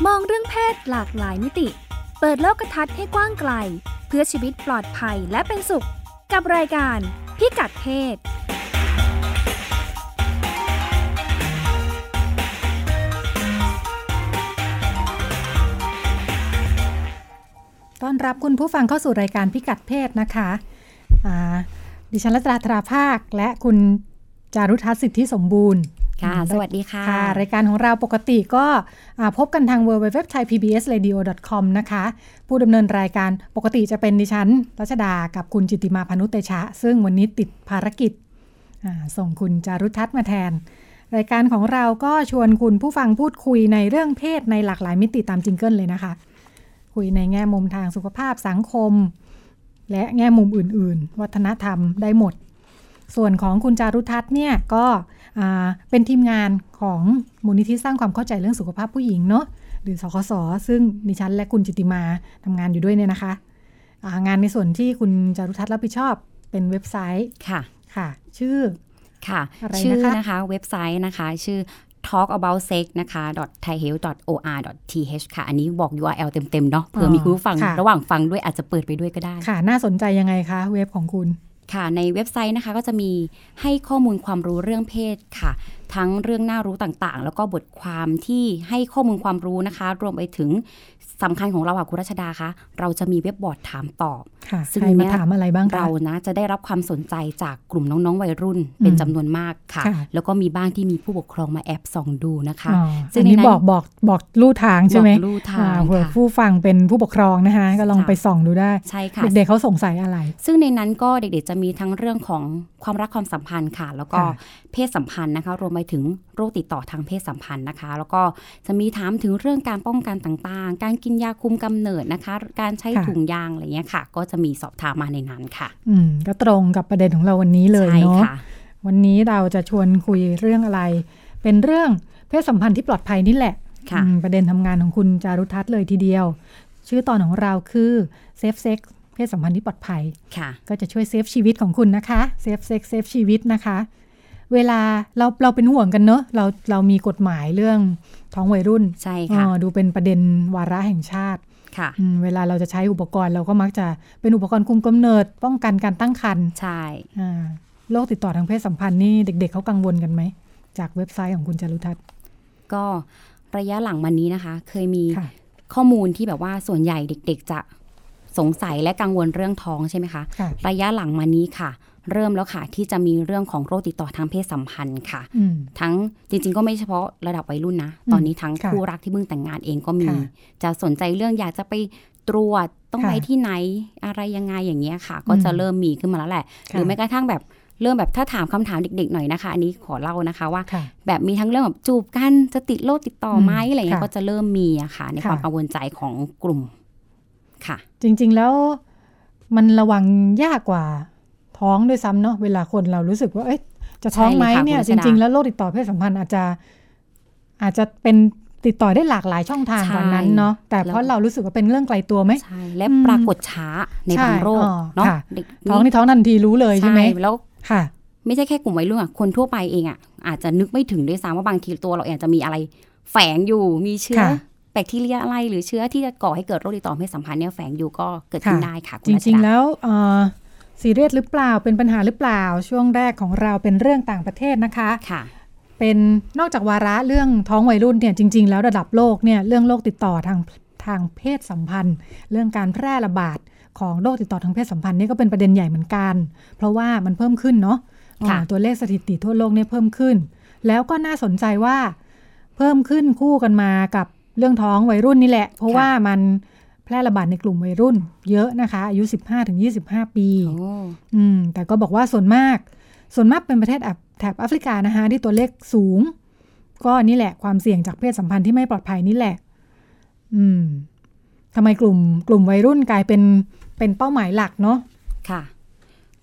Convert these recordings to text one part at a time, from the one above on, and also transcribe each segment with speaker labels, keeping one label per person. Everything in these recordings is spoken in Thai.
Speaker 1: ศหลากหลายมิติ เปิดโลกทัศน์ให้กว้างไกล เพื่อชีวิตปลอดภัยและเป็นสุข กับรายการพิกัดเพศ
Speaker 2: ต้อนรับคุณผู้ฟังเข้าสู่รายการพิกัดเพศนะคะอ่าดิฉันรัตนาธราภาค และคุณจารุทัศน์สิทธิสมบูรณ์
Speaker 3: ค่ะ
Speaker 2: อืม
Speaker 3: สวัสดีค่ะ
Speaker 2: ค่ะ รายการของเราปกติก็อ่าพบกันทาง w w w t h a i p b s r a d i o c o m นะคะ ผู้ดำเนินรายการปกติจะเป็นดิฉันรัชดากับคุณจิตติมาพานุเตชะ ซึ่งวันนี้ติดภารกิจอ่าส่งคุณจารุทัศน์มาแทน รายการของเราก็ชวนคุณผู้ฟังพูดคุยในเรื่องเพศในหลากหลายมิติตามจิงเกิลเลยนะคะ คุยในแง่มุมทางสุขภาพสังคม และแง่มุมอื่น ๆ วัฒนธรรมได้หมด ส่วนของคุณจารุทัศน์เนี่ยก็อ่าเป็นทีมงานของมูลนิธิสร้างความเข้าใจเรื่องสุขภาพผู้หญิงเนาะหรือสคสซึ่งดิฉันและคุณจิตติมาทำงานอยู่ด้วยเนี่ยนะคะอ่างานในส่วนที่คุณจารุทัศน์รับผิดชอบเป็นเว็บไซต์
Speaker 3: ค่ะ
Speaker 2: ค่ะ ชื่อ
Speaker 3: ค่ะ
Speaker 2: อะไร
Speaker 3: ชื่อ
Speaker 2: นะคะ
Speaker 3: นะคะ เว็บไซต์นะคะ ชื่อ talk about sex นะคะ thaihealth.or th ค่ะ อันนี้บอก URL เต็ม ๆ เนาะเผื่อมีคุณผู้ฟัง
Speaker 2: ค่ะ
Speaker 3: ระหว่างฟังด้วยอาจจะเปิดไปด้วยก็ได้
Speaker 2: ค่ะน่าสนใจยังไงคะเว็บของคุณ
Speaker 3: ค่ะ ในเว็บไซต์นะคะก็จะมีให้ข้อมูลความรู้เรื่องเพศค่ะ ทั้งเรื่องน่ารู้ต่างๆ แล้วก็บทความที่ให้ข้อมูลความรู้นะคะ รวมไปถึงสำคัญของเราค่ะคุณรัชดาคะเราจะมีเว็บบอร์ดถามตอบ
Speaker 2: ค่ะ
Speaker 3: ซึ่ง
Speaker 2: ใครมา
Speaker 3: เนี่ย
Speaker 2: ถามอะไรบ้างคะ
Speaker 3: เรานะจะได้รับความสนใจจากกลุ่มน้องๆวัยรุ่นเป็นจำนวนมากค่ะ
Speaker 2: ค่ะ
Speaker 3: แล้วก็มีบ้างที่มีผู้ปกครองมาแอบส่องดูนะคะ
Speaker 2: อ๋อ
Speaker 3: ซึ่ง
Speaker 2: อันนี้
Speaker 3: ในนั้น
Speaker 2: บอกบอกบอกลู่ทางใช่ไหม
Speaker 3: บอกลู่ทา
Speaker 2: อ่าง เผื่อ
Speaker 3: ค่ะ
Speaker 2: ผู้ฟังเป็นผู้ปกครองนะคะก็ลอง
Speaker 3: ค่ะ
Speaker 2: ไปส่องดูได้
Speaker 3: ใช่ค่ะ
Speaker 2: เด็กๆเขาสงสัยอะไร
Speaker 3: ซึ่งในนั้นก็เด็กๆ จะมีทั้งเรื่องของความรักความสัมพันธ์ค่ะ แล้วก็
Speaker 2: ค่ะ
Speaker 3: เพศสัมพันธ์นะคะ รวมไปถึงโรคติดต่อทางเพศสัมพันธ์นะคะ แล้วก็จะมีถามถึงเรื่องการป้องกันต่างๆ การกินยาคุมกำเนิดนะคะ การใช้
Speaker 2: ค่ะ
Speaker 3: ถุงยางอะไรเงี้ยค่ะ ก็จะมีสอบถามมาในนั้นค่ะ
Speaker 2: อืมก็ตรงกับประเด็นของเราวันนี้เลย
Speaker 3: ใช่
Speaker 2: เนาะ
Speaker 3: ค่ะ
Speaker 2: วันนี้เราจะชวนคุยเรื่องอะไร เป็นเรื่องเพศสัมพันธ์ที่ปลอดภัยนี่แหละ
Speaker 3: ค่ะ
Speaker 2: อืมประเด็นทำงานของคุณจารุทัศน์เลยทีเดียว ชื่อตอนของเราคือ safe sex เพศสัมพันธ์ที่ปลอดภัย
Speaker 3: ค่ะ
Speaker 2: ก็จะช่วยเซฟชีวิตของคุณนะคะเซฟเซ็กเซฟชีวิตนะคะ เวลาเราเราเป็นห่วงกันเนอะเราเรามีกฎหมายเรื่องท้องวัยรุ่น
Speaker 3: ใช่ค่ะ
Speaker 2: เออดูเป็นประเด็นวาระแห่งชาติ
Speaker 3: ค่ะ
Speaker 2: อืมเวลาเราจะใช้อุปกรณ์เราก็มักจะเป็นอุปกรณ์คุมกำเนิด ป้องกันการตั้งครรภ์
Speaker 3: ใช่
Speaker 2: อ่าโรคติดต่อทางเพศสัมพันธ์นี่เด็กๆเขากังวลกันไหม จากเว็บไซต์ของคุณจารุทัศน์
Speaker 3: ก็ระยะหลังมานี้นะคะ เคยมี
Speaker 2: ค่ะ
Speaker 3: ข้อมูลที่แบบว่าส่วนใหญ่เด็ก ๆ จะสงสัยและกังวลเรื่องท้องใช่ไหมคะ
Speaker 2: ค่ะ
Speaker 3: ระยะหลังมานี้ค่ะ เริ่มแล้วค่ะ ที่จะมีเรื่องของโรคติดต่อทางเพศสัมพันธ์ค่ะ
Speaker 2: อืม
Speaker 3: ทั้งจริง ๆ ก็ไม่เฉพาะระดับวัยรุ่นนะ
Speaker 2: อืม
Speaker 3: ตอนนี้ทั้ง
Speaker 2: ค่ะ
Speaker 3: คู่รักที่เพิ่งแต่งงานเองก็มี
Speaker 2: ค่ะ
Speaker 3: จะสนใจเรื่องอยากจะไปตรวจต้อง
Speaker 2: ค่ะ
Speaker 3: ไปที่ไหนอะไรยังไงอย่างเงี้ยค่ะ ก็จะ
Speaker 2: อืม
Speaker 3: เริ่มมีขึ้นมาแล้วแหละ
Speaker 2: ค่ะ
Speaker 3: หรือแม้กระทั่งแบบเริ่มแบบถ้าถามคำถามเด็ก ๆ หน่อยนะคะ อันนี้ขอเล่านะคะว่า
Speaker 2: ค่ะ
Speaker 3: แบบมีทั้งเรื่องแบบจูบกันจะติดโรคติดต่อไหม
Speaker 2: อืม
Speaker 3: อะไรเงี้ย
Speaker 2: ค่ะ
Speaker 3: ก็จะเริ่มมีอะค่ะ ใน
Speaker 2: ค่ะ
Speaker 3: ความกังวลใจของกลุ่มค่ะ
Speaker 2: จริง ๆ แล้วมันระวังยากกว่าท้องด้วยซ้ำเนาะเวลาคนเรารู้สึกว่า เอ๊ะจะท้องไหม
Speaker 3: ใช่เลยค่ะ
Speaker 2: เนี่ย
Speaker 3: คุณ
Speaker 2: จ
Speaker 3: รัชดา
Speaker 2: ริง ๆ แล้วโรคติดต่อเพศสัมพันธ์อาจจะอาจจะเป็นติดต่อได้หลากหลายช่องทางกว่านั้นเนาะแต่เพราะเรารู้สึกว่าเป็นเรื่องไกลตัวไหม
Speaker 3: ใช่และ
Speaker 2: อืม
Speaker 3: ปรากฏช้าใน
Speaker 2: ใช่
Speaker 3: บางโรค
Speaker 2: อ๋อ
Speaker 3: เนาะ
Speaker 2: ค่ะ
Speaker 3: เด็ก
Speaker 2: ท้องนี่ท้องทันทีรู้เลยใช่ไหม
Speaker 3: แล้ว
Speaker 2: ค่ะ
Speaker 3: ไม่ใช่แค่กลุ่มวัยรุ่นอะคนทั่วไปเองอะอาจจะนึกไม่ถึงด้วยซ้ำว่าบางทีตัวเราเองอาจจะมีอะไร แฝงอยู่มีเชื้อ
Speaker 2: ค่ะ
Speaker 3: แบคทีเรียอะไรหรือเชื้อที่จะก่อให้เกิดโรคติดต่อเพศสัมพันธ์เนี่ยแฝงอยู่ก็เกิดขึ้น
Speaker 2: ค่ะ
Speaker 3: ได้ค่ะคุ
Speaker 2: จ
Speaker 3: ณ
Speaker 2: ริง ๆ
Speaker 3: รัชดา
Speaker 2: แล้วเอ่อซีเรียสหรือเปล่าเป็นปัญหาหรือเปล่าช่วงแรกของเราเป็นเรื่องต่างประเทศนะคะ
Speaker 3: ค่ะ
Speaker 2: เป็นนอกจากวาระเรื่องท้องวัยรุ่นเนี่ยจริง ๆ แล้วระดับโลกเนี่ยเรื่องโรคติดต่อทางทางเพศสัมพันธ์ เรื่องการแพร่ระบาดของโรคติดต่อทางเพศสัมพันธ์นี่ก็เป็นประเด็นใหญ่เหมือนกัน เพราะว่ามันเพิ่มขึ้นเนาะ
Speaker 3: ค่ะ
Speaker 2: อ่าตัวเลขสถิติทั่วโลกเนี่ยเพิ่มขึ้น แล้วก็น่าสนใจว่าเพิ่มขึ้นคู่กันมากับเรื่องท้องวัยรุ่นนี่แหละ เพราะว่ามันแพร่ระบาดในกลุ่มวัยรุ่น เยอะนะคะอายุ 15-25 ปี
Speaker 3: โอ้
Speaker 2: อืมแต่ก็บอกว่าส่วนมาก ส่วนมากเป็นประเทศแอบแถบแอฟริกานะคะที่ตัวเลขสูง ก็นี่แหละความเสี่ยงจากเพศสัมพันธ์ที่ไม่ปลอดภัยนี่แหละ อืมทำไมกลุ่ม กลุ่มวัยรุ่นกลายเป็นเป็นเป้าหมายหลักเนาะ
Speaker 3: ค่ะ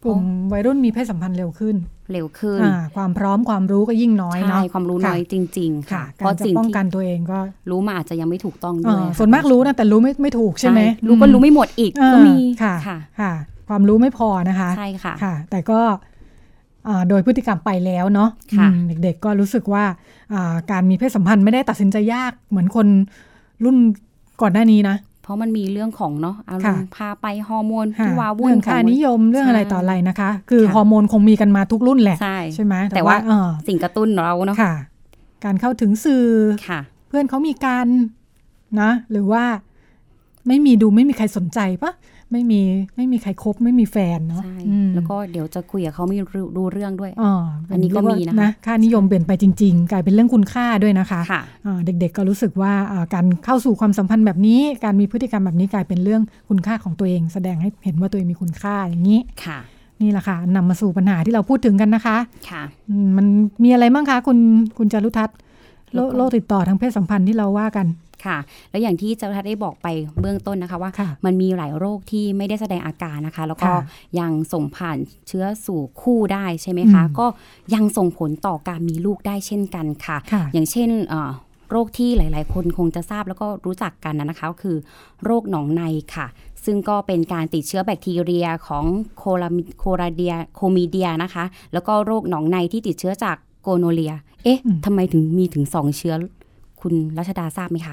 Speaker 2: กลุ่มวัยรุ่นมีเพศสัมพันธ์เร็วขึ้น
Speaker 3: เร็วขึ้น
Speaker 2: อ่าความพร้อมความรู้ก็ยิ่งน้อย
Speaker 3: ใช่
Speaker 2: เนาะ
Speaker 3: ความรู้
Speaker 2: ค่ะ
Speaker 3: น้อยจริง ๆ ค่ะ
Speaker 2: ค่ะการ
Speaker 3: เพาะ
Speaker 2: รจะ
Speaker 3: สิ่ง
Speaker 2: ป้อง
Speaker 3: ที่
Speaker 2: กันตัวเองก็
Speaker 3: รู้มาอาจจะยังไม่ถูกต้อง
Speaker 2: เอ่
Speaker 3: ด้วย
Speaker 2: อ
Speaker 3: อะค่ะ
Speaker 2: ส่วนมากรู้นะแต่รู้ไม่ไม่ถูกใช่ไหม
Speaker 3: รู้ก็รู้ไม่หมดอีกก็มี
Speaker 2: อ่าค่ะ
Speaker 3: ค่ะ
Speaker 2: ค่ะ ความรู้ไม่พอนะคะ
Speaker 3: ใช่ค่ะ
Speaker 2: ค่ะ แต่ก็อ่าโดยพฤติกรรมไปแล้วเนาะ
Speaker 3: ค่ะ
Speaker 2: อืมเด็กๆก็รู้สึกว่าอ่าการมีเพศสัมพันธ์ไม่ได้ตัดสินใจยากเหมือนคนรุ่น ก่อนหน้านี้นะ
Speaker 3: เพราะมันมีเรื่องของเนาะอารมณ์พาไปฮอร์โมน
Speaker 2: ค่ะ
Speaker 3: ที่วาวุ่
Speaker 2: เรื่
Speaker 3: น
Speaker 2: อง
Speaker 3: ขอ
Speaker 2: ค่าง นิยมเรื่องอะไรต่ออะไรนะคะ คือ
Speaker 3: ค่ะ
Speaker 2: ฮอร์โมนคงมีกันมาทุกรุ่นแหละ
Speaker 3: ใช่
Speaker 2: ใช่ไหม
Speaker 3: แต่ว่า
Speaker 2: เออ
Speaker 3: สิ่งกระตุ้นเราเนาะ
Speaker 2: ค่ะ การเข้าถึงสื่อ
Speaker 3: ค่ะ
Speaker 2: เพื่อนเขามีการนะ หรือว่าไม่มีดูไม่มีใครสนใจปะไม่มีไม่มีใครคบไม่มีแฟนเนาะ
Speaker 3: ใช่
Speaker 2: อืม
Speaker 3: แล้วก็เดี๋ยวจะคุยกับเขาไม่รู้รู้เรื่องด้วย
Speaker 2: อ๋อ
Speaker 3: อั
Speaker 2: อั
Speaker 3: นนี้ก็มีนะคะ
Speaker 2: ค่านิยมเปลี่ยนไปจริง ๆ กลายเป็นเรื่องคุณค่าด้วยนะคะ
Speaker 3: ค่ะ
Speaker 2: อ่าเด็กๆก็รู้สึกว่าอ่าการเข้าสู่ความสัมพันธ์แบบนี้ การมีพฤติกรรมแบบนี้กลายเป็นเรื่องคุณค่าของตัวเอง แสดงให้เห็นว่าตัวเองมีคุณค่าอย่างนี้
Speaker 3: ค่ะ
Speaker 2: นี่แหละค่ะนำมาสู่ปัญหาที่เราพูดถึงกันนะคะ
Speaker 3: ค่ะ
Speaker 2: อืมมันมีอะไรบ้างคะคุณคุณจารุทัศน์โร
Speaker 3: แล้วก็
Speaker 2: โรคติดต่อทางเพศสัมพันธ์ที่เราว่ากัน
Speaker 3: ค่ะ แล้วอย่างที่เจ้าทัศน์ได้บอกไปเบื้องต้นนะคะว่า
Speaker 2: ค่ะ
Speaker 3: มันมีหลายโรคที่ไม่ได้แสดงอาการนะคะ แล้วก็
Speaker 2: ค่ะ
Speaker 3: ยังส่งผ่านเชื้อสู่คู่ได้ใช่ไหมคะ
Speaker 2: อืม
Speaker 3: ก็ยังส่งผลต่อการมีลูกได้เช่นกันค่ะ
Speaker 2: ค่ะ
Speaker 3: อย่างเช่นเอ่อโรคที่หลายๆ คนคงจะทราบแล้วก็รู้จักกันนะนะคะก็คือโรคหนองในค่ะ ซึ่งก็เป็นการติดเชื้อแบคทีเรียของโคลามิโคราเดียโคมีเดียนะคะ แล้วก็โรคหนองในที่ติดเชื้อจากโกโนเลีย เอ๊ะ
Speaker 2: อืม
Speaker 3: ทำไมถึงมีถึงสองเชื้อคุณรัชดาทราบไหมคะ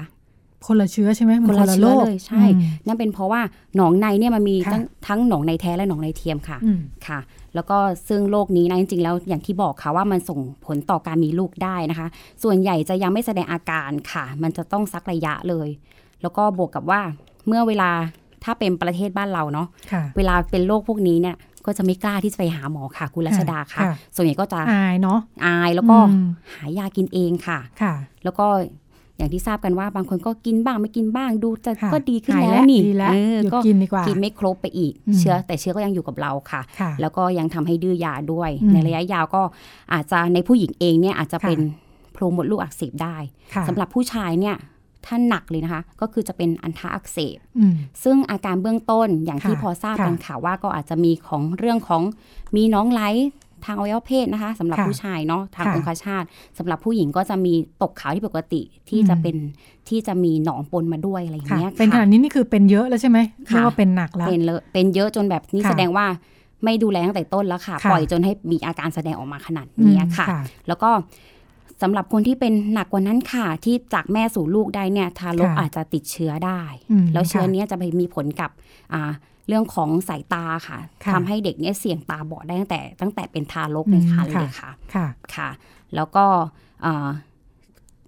Speaker 2: คนละเชื้อใช่ไหมมั
Speaker 3: คนละเชื้อ
Speaker 2: โค
Speaker 3: เลยใช่
Speaker 2: อืม
Speaker 3: นั่นเป็นเพราะว่าหนองในเนี่ยมันมี
Speaker 2: ค่ะ
Speaker 3: ทั้งทั้งหนองในแท้และหนองในเทียมค่ะ
Speaker 2: อืม
Speaker 3: ค่ะแล้วก็ซึ่งโรคนี้นะจริงๆแล้วอย่างที่บอกค่ะว่ามันส่งผลต่อการมีลูกได้นะคะ ส่วนใหญ่จะยังไม่แสดงอาการค่ะ มันจะต้องซักระยะเลย แล้วก็บวกกับว่าเมื่อเวลาถ้าเป็นประเทศบ้านเราเนาะ
Speaker 2: ค่ะ
Speaker 3: เวลาเป็นโรคพวกนี้เนี่ยก็จะไม่กล้าที่จะไปหาหมอค่ะคุณรัชดาค่ะ
Speaker 2: ค่ะ
Speaker 3: ส่วนใหญ่ก็จะ
Speaker 2: อายเนาะ
Speaker 3: อายแล้วก็
Speaker 2: อืม
Speaker 3: หายากินเองค่ะ
Speaker 2: ค่ะ
Speaker 3: แล้วก็อย่างที่ทราบกันว่าบางคนก็กินบ้างไม่กินบ้างดูจะ
Speaker 2: ค่ะ
Speaker 3: ก็ดีขึ้น
Speaker 2: หาย
Speaker 3: แล้
Speaker 2: แล้ว
Speaker 3: วนี่
Speaker 2: ดีแล้ว
Speaker 3: เออ
Speaker 2: หยุด
Speaker 3: ก็
Speaker 2: กินดีกว่ากิ
Speaker 3: นไม่ครบไปอีก
Speaker 2: อืม
Speaker 3: เชื้อแต่เชื้อก็ยังอยู่กับเราค่ะ
Speaker 2: ค่ะ
Speaker 3: แล้วก็ยังทำให้ดื้อยาด้วย
Speaker 2: อืม
Speaker 3: ในระยะยาวก็อาจจะในผู้หญิงเองเนี่ยอาจจะ
Speaker 2: ค่ะ
Speaker 3: เป็นโพรงมดลูกอักเสบได้
Speaker 2: ค่ะ
Speaker 3: สำหรับผู้ชายเนี่ยถ้าหนักเลยนะคะ ก็คือจะเป็นอันทะอักเสบ
Speaker 2: อืม
Speaker 3: ซึ่งอาการเบื้องต้นอย่างที่
Speaker 2: ค่ะ
Speaker 3: พอทราบกันค่ะว่าก็อาจจะมีของเรื่องของมีน้องไหลทางอวัยวะเพศนะคะสำหรับ
Speaker 2: ค่ะ
Speaker 3: ผู้ชายเนาะทาง
Speaker 2: ค่ะ
Speaker 3: องคชาตสำหรับผู้หญิงก็จะมีตกขาวที่ปกติที่
Speaker 2: อืม
Speaker 3: จะเป็นที่จะมีหนองปนมาด้วยอะไรอย่าง
Speaker 2: ค่ะ
Speaker 3: เงี้ย
Speaker 2: เป็นข
Speaker 3: ค่ะ
Speaker 2: นาดนี้นี่คือเป็นเยอะแล้วใช่ไหม
Speaker 3: ค่ะ
Speaker 2: เรียกว่าเป็นหนักแล้ว
Speaker 3: เป็นเลอะเป็นเยอะจนแบบนี้
Speaker 2: ค่ะ
Speaker 3: แสดงว่าไม่ดูแลตั้งแต่ต้นแล้วค่ะ
Speaker 2: ค่ะ
Speaker 3: ปล่อยจนให้มีอาการแสดงออกมาขนาดเนี้ย
Speaker 2: อืม
Speaker 3: ค่ะ แล้วก็สำหรับคนที่เป็นหนักกว่านั้นค่ะ ที่จากแม่สู่ลูกได้เนี่ยทารก
Speaker 2: ค่ะ
Speaker 3: อาจจะติดเชื้อได้
Speaker 2: ม
Speaker 3: แล้วเชื้อ
Speaker 2: ค่ะ
Speaker 3: เนี้ยจะไปมีผลกับอ่าเรื่องของสายตาค่ะ
Speaker 2: ค่ะ
Speaker 3: ทำให้เด็กเนี่ยเสี่ยงตาบอดได้ตั้งแต่ตั้งแต่เป็นทารกในครรภ์เลยค่ะ
Speaker 2: ค่ะ
Speaker 3: ค่ะ แล้วก็เอ่อ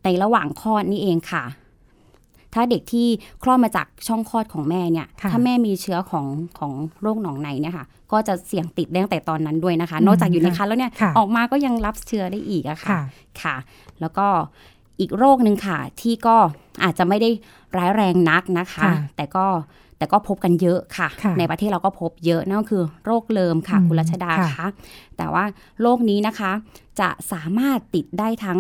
Speaker 3: ในระหว่างคลอดนี่เองค่ะ ถ้าเด็กที่คลอดมาจากช่องคลอดของแม่เนี่ย
Speaker 2: ค่ะ
Speaker 3: ถ้าแม่มีเชื้อของของโรคหนองในเนี่ยค่ะ ก็จะเสี่ยงติดได้ตั้งแต่ตอนนั้นด้วยนะคะ
Speaker 2: อืม
Speaker 3: นอกจากอยู่ในครรภ์แล้วเนี่ย
Speaker 2: ค่ะ
Speaker 3: ออกมาก็ยังรับเชื้อได้อีกอะค่ะ
Speaker 2: ค่ะ
Speaker 3: ค่ะ แล้วก็อีกโรคหนึ่งค่ะ ที่ก็อาจจะไม่ได้ร้ายแรงนักนะคะ
Speaker 2: ค่ะ
Speaker 3: แต่ก็แต่ก็พบกันเยอะค่ะ
Speaker 2: ค่ะ
Speaker 3: ในประเทศเราก็พบเยอะนั่นก็คือโรคเลิมค่ะ
Speaker 2: อืม
Speaker 3: คุณรัชดา
Speaker 2: ค่ะ
Speaker 3: คะแต่ว่าโรคนี้นะคะ จะสามารถติดได้ทั้ง